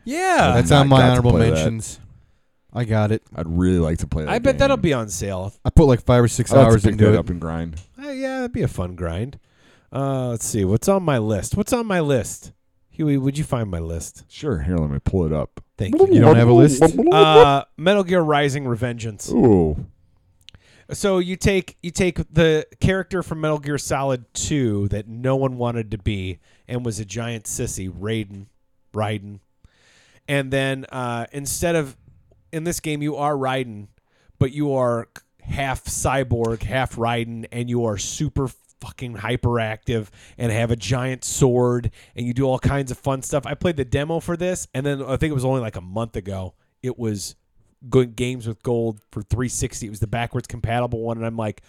Yeah. That's not on my got to honorable play that. mentions. I got it. I'd really like to play that. I bet game. that'll be on sale. I put like five or 6 I'll have to hours pick into that it. up and grind. Uh, yeah, that'd be a fun grind. Uh, let's see. What's on my list? What's on my list? Huey, would you find my list? Sure. Here, let me pull it up. Thank you. You don't have a list? Uh, Metal Gear Rising: Revengeance. Ooh. So you take you take the character from Metal Gear Solid Two that no one wanted to be and was a giant sissy, Raiden, Raiden, and then uh, instead of in this game you are Raiden, but you are half cyborg, half Raiden, and you are super fucking hyperactive and have a giant sword and you do all kinds of fun stuff. I played the demo for this, and then I think it was only like a month ago. It was good games with gold for 360. It was the backwards compatible one, and I'm like,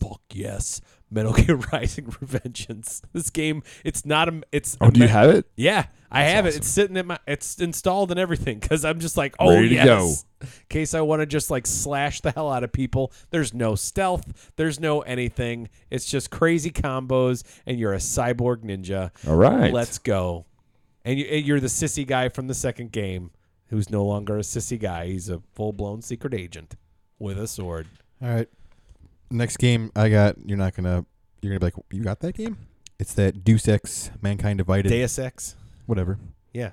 fuck yes, Metal Gear Rising: Revengeance. This game, it's not a, it's Oh, a do you me- have it? yeah, I have it. It's sitting in my. It's installed and everything because I'm just like, oh Ready to yes. go. In case I want to just like slash the hell out of people. There's no stealth. There's no anything. It's just crazy combos, and you're a cyborg ninja. All right. let's go. And you- and you're the sissy guy from the second game, who's no longer a sissy guy. He's a full blown secret agent with a sword. All right. Next game I got. You're not gonna. You're gonna be like, you got that game? It's that Deus Ex: Mankind Divided. Deus Ex. whatever. Yeah.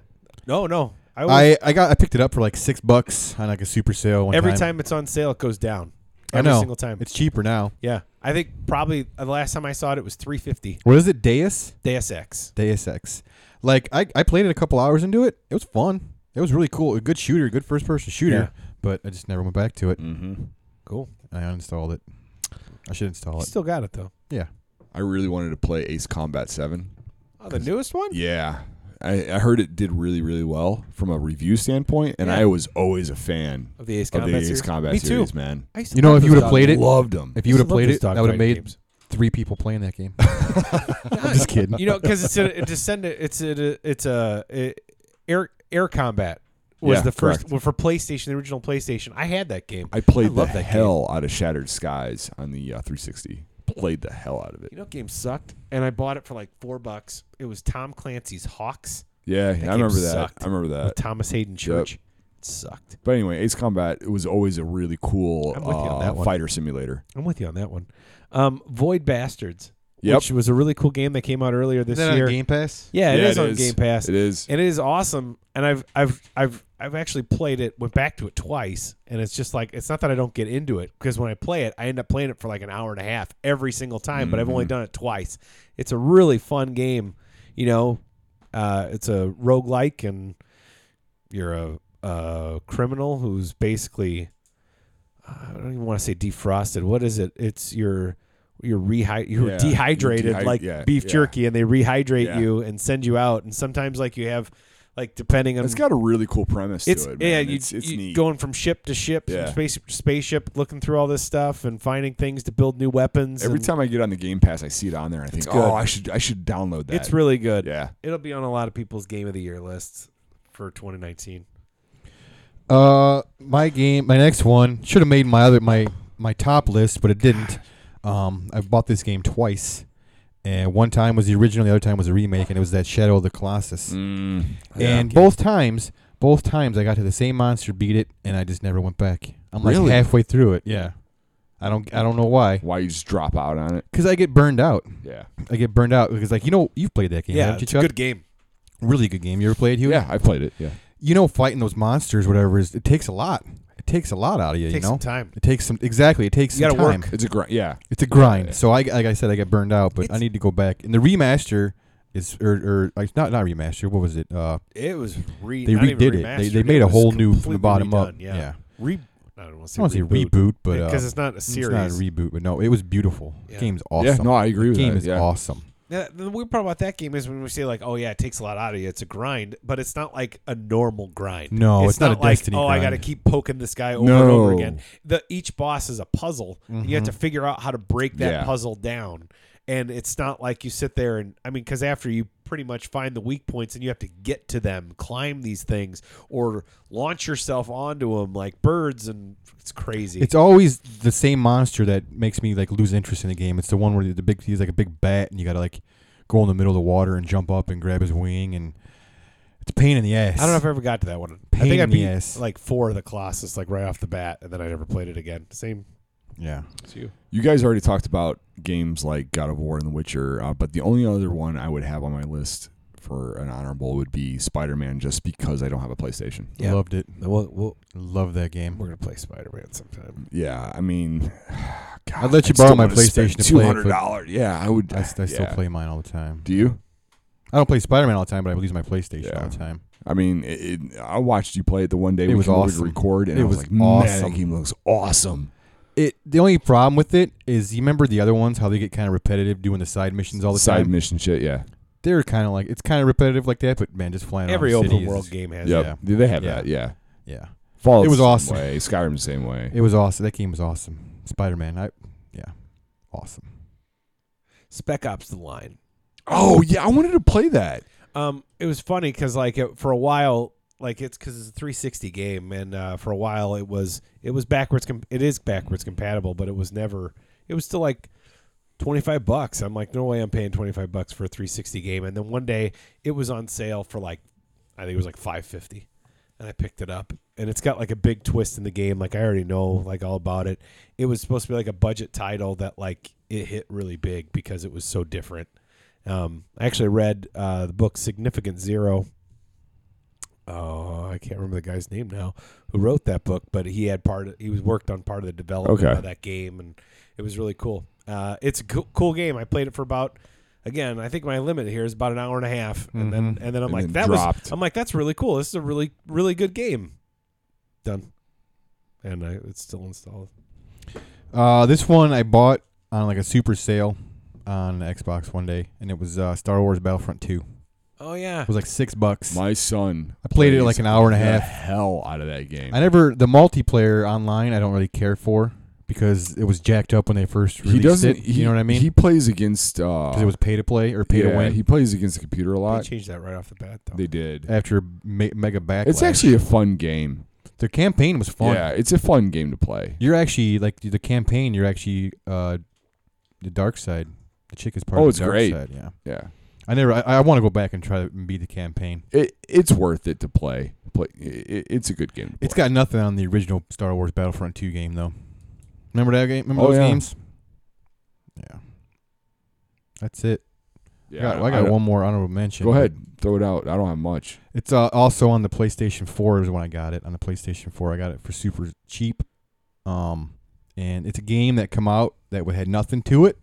No, no. I, was, I, I got I picked it up for like six bucks on like a super sale. One every time it's on sale, it goes down. I Every know. single time. It's cheaper now. Yeah, I think probably the last time I saw it, it was 350 What is it? Deus. Deus Ex. Deus Ex. Like I, I played it a couple hours into it. It was fun. It was really cool. A good shooter, good first person shooter. But I just never went back to it. Cool. I uninstalled it. I should install You it. still got it though. Yeah. I really wanted to play Ace Combat 7. Oh, the newest one. Yeah. I, I heard it did really, really well from a review standpoint, and Yeah. I was always a fan Of the Ace of Combat the Ace series? Combat Me too. series, man. I used to You know, love if you those would have dog- played it, Loved them. if you would have Just love played those it, that would have dogfighting made games. three people playing that game. I'm just kidding. You know, because it's a, it's a send it's a it's a it, air air combat was Yeah, the first correct. well, for PlayStation, the original PlayStation. I had that game. I played the love that hell out of Shattered Skies on the uh, 360. Played the hell out of it. You know, that game sucked, and I bought it for like four bucks. It was Tom Clancy's Hawks Yeah, yeah, I game remember that. sucked. I remember with that. Thomas Hayden Church. It sucked. But anyway, Ace Combat it was always a really cool I'm with you on uh, that one. fighter simulator. I'm with you on that one. Um, Void Bastards, Yep. which was a really cool game that came out earlier this Is that on year. Game Pass? Yeah, it is Yeah, on Game Pass. It is. And it is awesome. And I've I've I've I've actually played it, went back to it twice, and it's just like it's not that I don't get into it because when I play it, I end up playing it for like an hour and a half every single time, but I've Mm. only done it twice. It's a really fun game, you know. Uh, it's a roguelike and you're a, a criminal who's basically uh, I don't even want to say defrosted. What is it? It's your you're rehy- you're Yeah, dehydrated dehy- like yeah, beef yeah. jerky and they rehydrate Yeah. you and send you out and sometimes like you have like depending on It's got a really cool premise it's to it. Man. yeah, you, it's, it's you neat. going from ship to ship, Yeah. from space spaceship, looking through all this stuff and finding things to build new weapons. Every and time I get on the Game Pass, I see it on there and I think, good. oh, I should I should download that. it's really good. yeah. It'll be on a lot of people's game of the year lists for 2019. Uh, my game, my next one should have made my other my my top list, but it didn't. Um, I bought this game twice, and one time was the original, the other time was a remake, and it was that Shadow of the Colossus. Mm, Mm. and both times, both times, I got to the same monster, beat it, and I just never went back. I'm Really? like halfway through it. Yeah, I don't, I don't know why. Why you just drop out on it? Cause I get burned out. Yeah. I get burned out because, like, you know, you've played that game, yeah, haven't you, it's Chuck? a good game. really good game. You ever played, Huey? Yeah, I played it. Yeah. You know, fighting those monsters, whatever, is it takes a lot. It takes a lot out of you. Takes you know, some time. It takes some exactly. It takes You some gotta work. time. It's a great. Yeah. It's a grind. So I, like I said, I get burned out, but I It's- need to go back. And the remaster is, or, or like, not not remaster. What was it? Uh, It was re. They not even redid it. They- remastered, they made a was whole new from the completely bottom redone, up. Yeah. Yeah. Re- I don't want to I want to say reboot, but uh, because it's not a series. It's not a reboot, but no, it was beautiful. Yeah. Game's awesome. Yeah. No, I agree with Game that. is yeah. awesome. Yeah, the weird part about that game is when we say like, "Oh yeah, it takes a lot out of you. It's a grind," but it's not like a normal grind. No, it's not a like, Destiny "Oh, I got to grind. keep poking this guy over and over No. again." The each boss is a puzzle. and you have to Mm-hmm. figure out how to break that Yeah. puzzle down, and it's not like you sit there and I mean, because after you pretty much find the weak points and you have to get to them, climb these things, or launch yourself onto them like birds, and it's crazy. It's always the same monster that makes me like lose interest in the game. It's the one where the, the big he's like a big bat, and you gotta like go in the middle of the water and jump up and grab his wing, and it's a pain in the ass. I don't know if I ever got to that one. I Pain think I in the beat ass. like four of the Colossus like right off the bat, and then I never played it again. Same yeah. You guys already talked about games like God of War and The Witcher, uh, but the only other one I would have on my list for an honorable would be Spider Man, just because I don't have a PlayStation. Yeah. loved it. We'll, we'll, Love that game. we're gonna play Spider Man sometime. Yeah, I mean, God, I'd let I you still borrow my wanna spend PlayStation to Two play it, hundred dollars. Yeah, I would. I, s- I still yeah. play mine all the time. Do you? I don't play Spider Man all the time, but I use my PlayStation Yeah. all the time. I mean, it, it, I watched you play it the one day It we was came over awesome. to record, and It I was, was like, "Man, awesome. that game looks awesome." It the only problem with it is you remember the other ones how they get kind of repetitive doing the side missions all the Side time. mission shit, yeah. They're kind of like it's kind of repetitive like that, but man, just flying Every around open cities world is- game has Yep. that. Yeah. Did they have Yeah. that? Yeah. Yeah, Fallout's It was the same awesome. Way. Skyrim's the same way. it was awesome. That game was awesome. Spider Man, I yeah, awesome. Spec Ops: The Line. oh yeah, I wanted to play that. Um, it was funny because like it, for a while, like it's because it's a 360 game, and uh, for a while it was it was backwards. Com- it is backwards compatible, but it was never. It was still like 25 bucks. I'm like, no way, I'm paying 25 bucks for a 360 game. And then one day it was on sale for like, I think it was like 550, and I picked it up. And it's got like a big twist in the game. Like I already know like all about it. It was supposed to be like a budget title that like it hit really big because it was so different. Um, I actually read uh, the book Significant Zero. Oh, I can't remember the guy's name now who wrote that book, but he had part. Of, he was worked on part of the development Okay. of that game, and it was really cool. Uh, it's a cool, cool game. I played it for about. Again, I think my limit here is about an hour and a half, and then and then I'm Mm-hmm. And like, then that dropped. was. I'm like, that's really cool. This is a really really good game. Done, and I, it's still installed. Uh, this one I bought on like a super sale on Xbox one day, and it was uh, Star Wars Battlefront Two. Oh yeah, It was like six bucks. My son, I played it plays like an hour and a the half. Hell out of that game. I never the multiplayer online. I don't really care for because it was jacked up when they first released he doesn't. it. he- you know what I mean? He plays against. Uh, Because it was pay to play or pay to yeah, win. He plays against the computer a they lot. changed that right off the bat though. They did. after me- Mega Backlash, It's actually a fun game. the campaign was fun. Yeah, it's a fun game to play. You're actually like the campaign. You're actually uh, the dark side. The chick is part. Oh, of it's the dark great. Side, yeah, Yeah, I never. I, I want to go back and try to beat the campaign. it it's worth it to play. Play. It, it's a good game. To play. It's got nothing on the original Star Wars Battlefront Two game though. Remember that game? Remember Oh, those yeah. games? Yeah. That's it. I Yeah, got, I got don't- one more honorable mention. Go but- ahead, throw it out. I don't have much. It's uh, also on the PlayStation 4 is when I got it. On the PlayStation 4, I got it for super cheap. Um, and it's a game that come out that would- had nothing to it.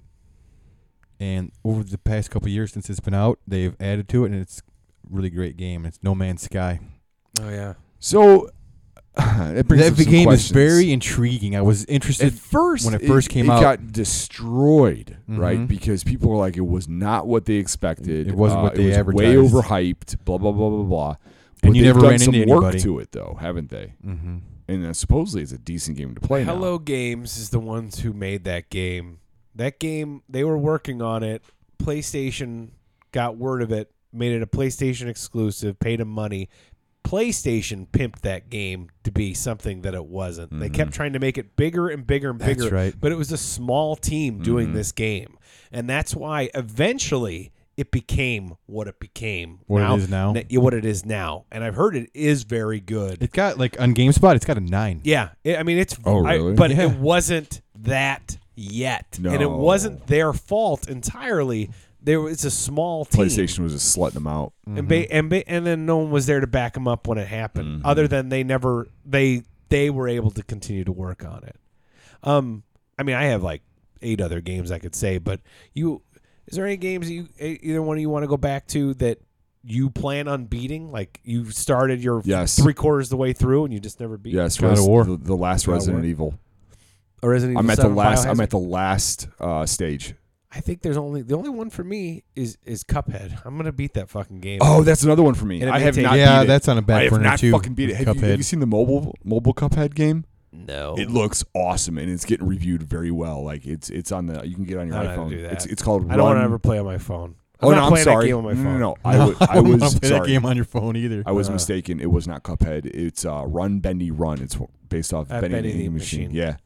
And over the past couple years since it's been out, they've added to it, and it's a really great game. It's No Man's Sky. oh yeah, So it brings that up some game questions. is very intriguing. I was interested. At first, when it first came it out- got destroyed, right? Mhm. Because people were like, it was not what they expected. It wasn't Uh, what they it was Way advertised. overhyped. Blah blah blah blah blah. But you they've never done ran some into work anybody. to it, though, haven't they? mm-hmm. And uh, supposedly it's a decent game to play. now. Hello Games is the ones who made that game. That game, they were working on it. PlayStation got word of it, made it a PlayStation exclusive, paid them money. PlayStation pimped that game to be something that it wasn't. They kept trying to make it bigger and bigger and Mm-hmm. That's bigger, right. Mm-hmm. but it was a small team doing this game. And that's why eventually it became what it became. What it is now? na- What it is now. And I've heard it is very good. It got like on GameSpot. It's got a nine. Yeah, it, I mean it's. Oh, I- really? but Yeah. it wasn't that yet, and it No. wasn't their fault entirely. There was a small team, PlayStation Mm-hmm. was just slutting them out. and ba- and ba- and then no one was there to back them up when it happened. Mm-hmm. Other than they never they they were able to continue to work on it. Um, I mean, I have like eight other games I could say, but you is there any games that you e- either one of you want to go back to that? You plan on beating, like you started your Yes. three quarters of the way through, and you just never beat. Yes, God of Res- War. The, the last of Resident War. Evil. or Resident I'm Evil at the 7 last. I'm Biohazard? at the last uh, stage. I think there's only the only one for me is is Cuphead. I'm gonna beat that fucking game. Oh, that's another one for me. And it I may have take- not. Yeah, beat it. that's on a back I have burner not too, fucking beat it. Have you, have Cuphead. you seen the mobile mobile Cuphead game? no! It looks awesome and it's getting reviewed very well. Like it's it's on the you can get it on your I don't iPhone. do that. It's it's called. I don't want Run- to ever play on my phone. I'm Oh not no, I'm playing sorry. that game on my no, phone. no, no. I was I wouldn't was wanna play that sorry. game on your phone either. I was Uh. mistaken. It was not Cuphead. It's uh, Run Bendy Run. It's based off Uh, Bendy, Bendy the the Eating Machine. Machine. Yeah,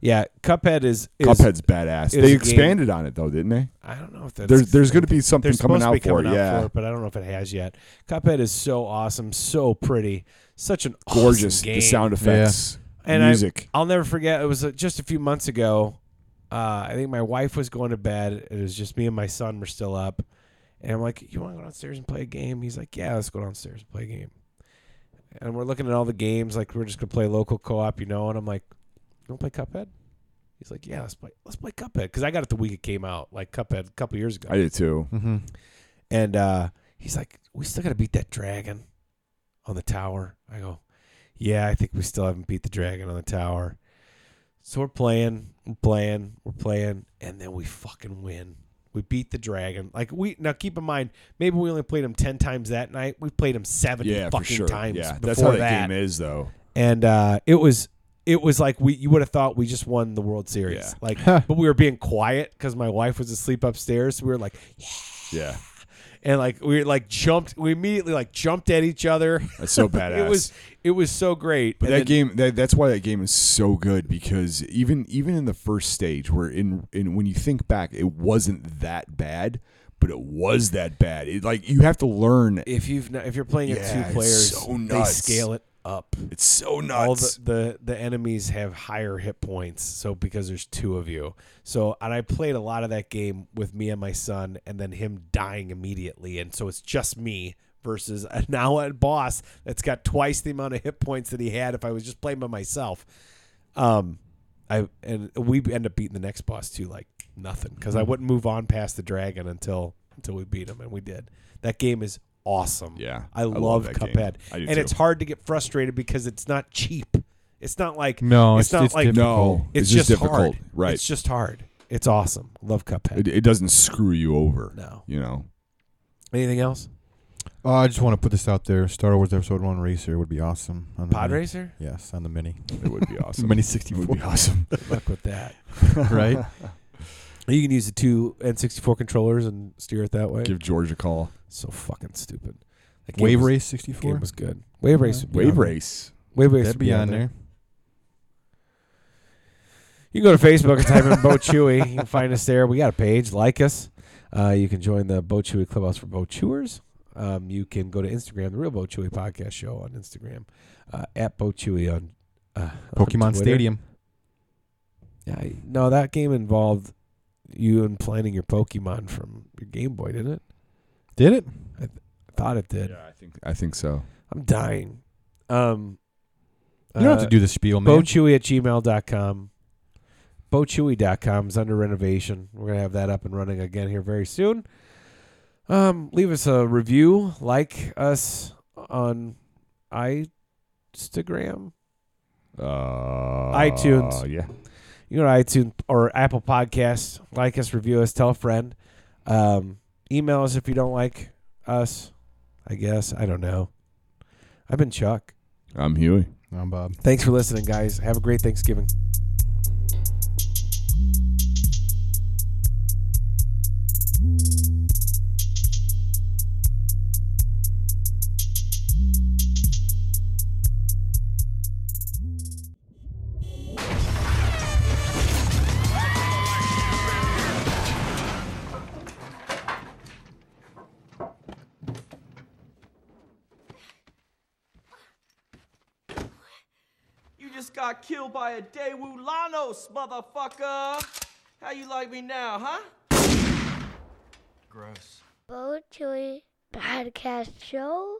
Yeah, Cuphead is, is Cuphead's badass. a They game- expanded on it though, didn't they? I don't know if that's There's there's going to be something There's coming out to be for it. coming out Yeah, for it, but I don't know if it has yet. Cuphead is so awesome, so pretty, such an awesome gorgeous. game. The sound effects, and music. I, I'll never forget. It was uh, just a few months ago. Uh, I think my wife was going to bed. It was just me and my son were still up, and I'm like, "You want to go downstairs and play a game?" He's like, "Yeah, let's go downstairs and play a game." And we're looking at all the games like we're just gonna play local co-op, you know. And I'm like, "You want to play Cuphead?" He's like, "Yeah, let's play. Let's play Cuphead." Because I got it the week it came out, like Cuphead, a couple years ago. I did too. Mm-hmm. And uh, he's like, "We still got to beat that dragon on the tower." I go, "Yeah, I think we still haven't beat the dragon on the tower." So we're playing, we're playing, we're playing, and then we fucking win. We beat the dragon. Like we now, keep in mind, maybe we only played him ten times that night. We played him seventy Yeah, fucking for sure. times yeah, before that's how that, that. game is, though. and uh, it was it was like we you would have thought we just won the World Series. Yeah. Like, but we were being quiet because my wife was asleep upstairs. we were like, Yeah, and like we like jumped. We immediately like jumped at each other. that's so badass. it was it was so great. But And that then- game, that, that's why that game is so good because even even in the first stage, where in in when you think back, it wasn't that bad, but it was that bad. It, like you have to learn. if you've not, if you're playing it Yeah, two it's players, so they nuts. scale it up. It's so all nuts. the, the the enemies have higher hit points so because there's two of you so and i played a lot of that game with me and my son and then him dying immediately and so it's just me versus a now a boss that's got twice the amount of hit points that he had if i was just playing by myself um i and we end up beating the next boss too like nothing because Mm-hmm. i wouldn't move on past the dragon until until we beat him and we did that game is awesome Yeah, i, I love love, that game. cuphead I do and too. it's hard to get frustrated because it's not cheap. It's not like No, it's, it's- not it's like difficult. no, It's, just, difficult, hard. right? It's just hard. It's awesome. Love Cuphead. it, it doesn't screw you over. No. you know. Anything else? Uh, I just want to put this out there. Star Wars Episode One Racer would be awesome. On the Pod mini. racer? Yes, on the mini. It would be awesome. Mini it 64. would be awesome. Fuck with that. right? You can use the two N64 controllers and steer it that way. Give George a call. so fucking stupid. That game Wave was, Race Game 64. was good. Wave race. would be on Wave there. race. Wave race. That'd would be on there. You can go to Facebook and type in Bo Chewy. You can find us there. We got a page. Like us. Uh, you can join the Bo Chewy Clubhouse for Bo Chewers. Um, you can go to Instagram, the Real Bo Chewy Podcast Show on Instagram, uh, at Bo Chewy on uh, on Pokemon Twitter. Stadium. Yeah, I- no, that game involved you implanting your Pokemon from your Game Boy, didn't it? Did it? I thought it did. I think I think so. I'm dying. Um, You don't have uh, to do the spiel, man. Bochewy at gmail.com. Bochewy.com is under renovation. We're going to have that up and running again here very soon. Um, leave us a review. Like us on Instagram. Uh, iTunes. Yeah. You know, iTunes or Apple Podcasts. Like us, review us, tell a friend. Um, email us if you don't like us, I guess. I don't know. I've been Chuck. I'm Huey. Oh, I'm Bob. Thanks for listening, guys. Have a great Thanksgiving. You just got killed by a Daewoo Lanos, motherfucker! How you like me now, huh? Gross. Bo Chewy Podcast Show.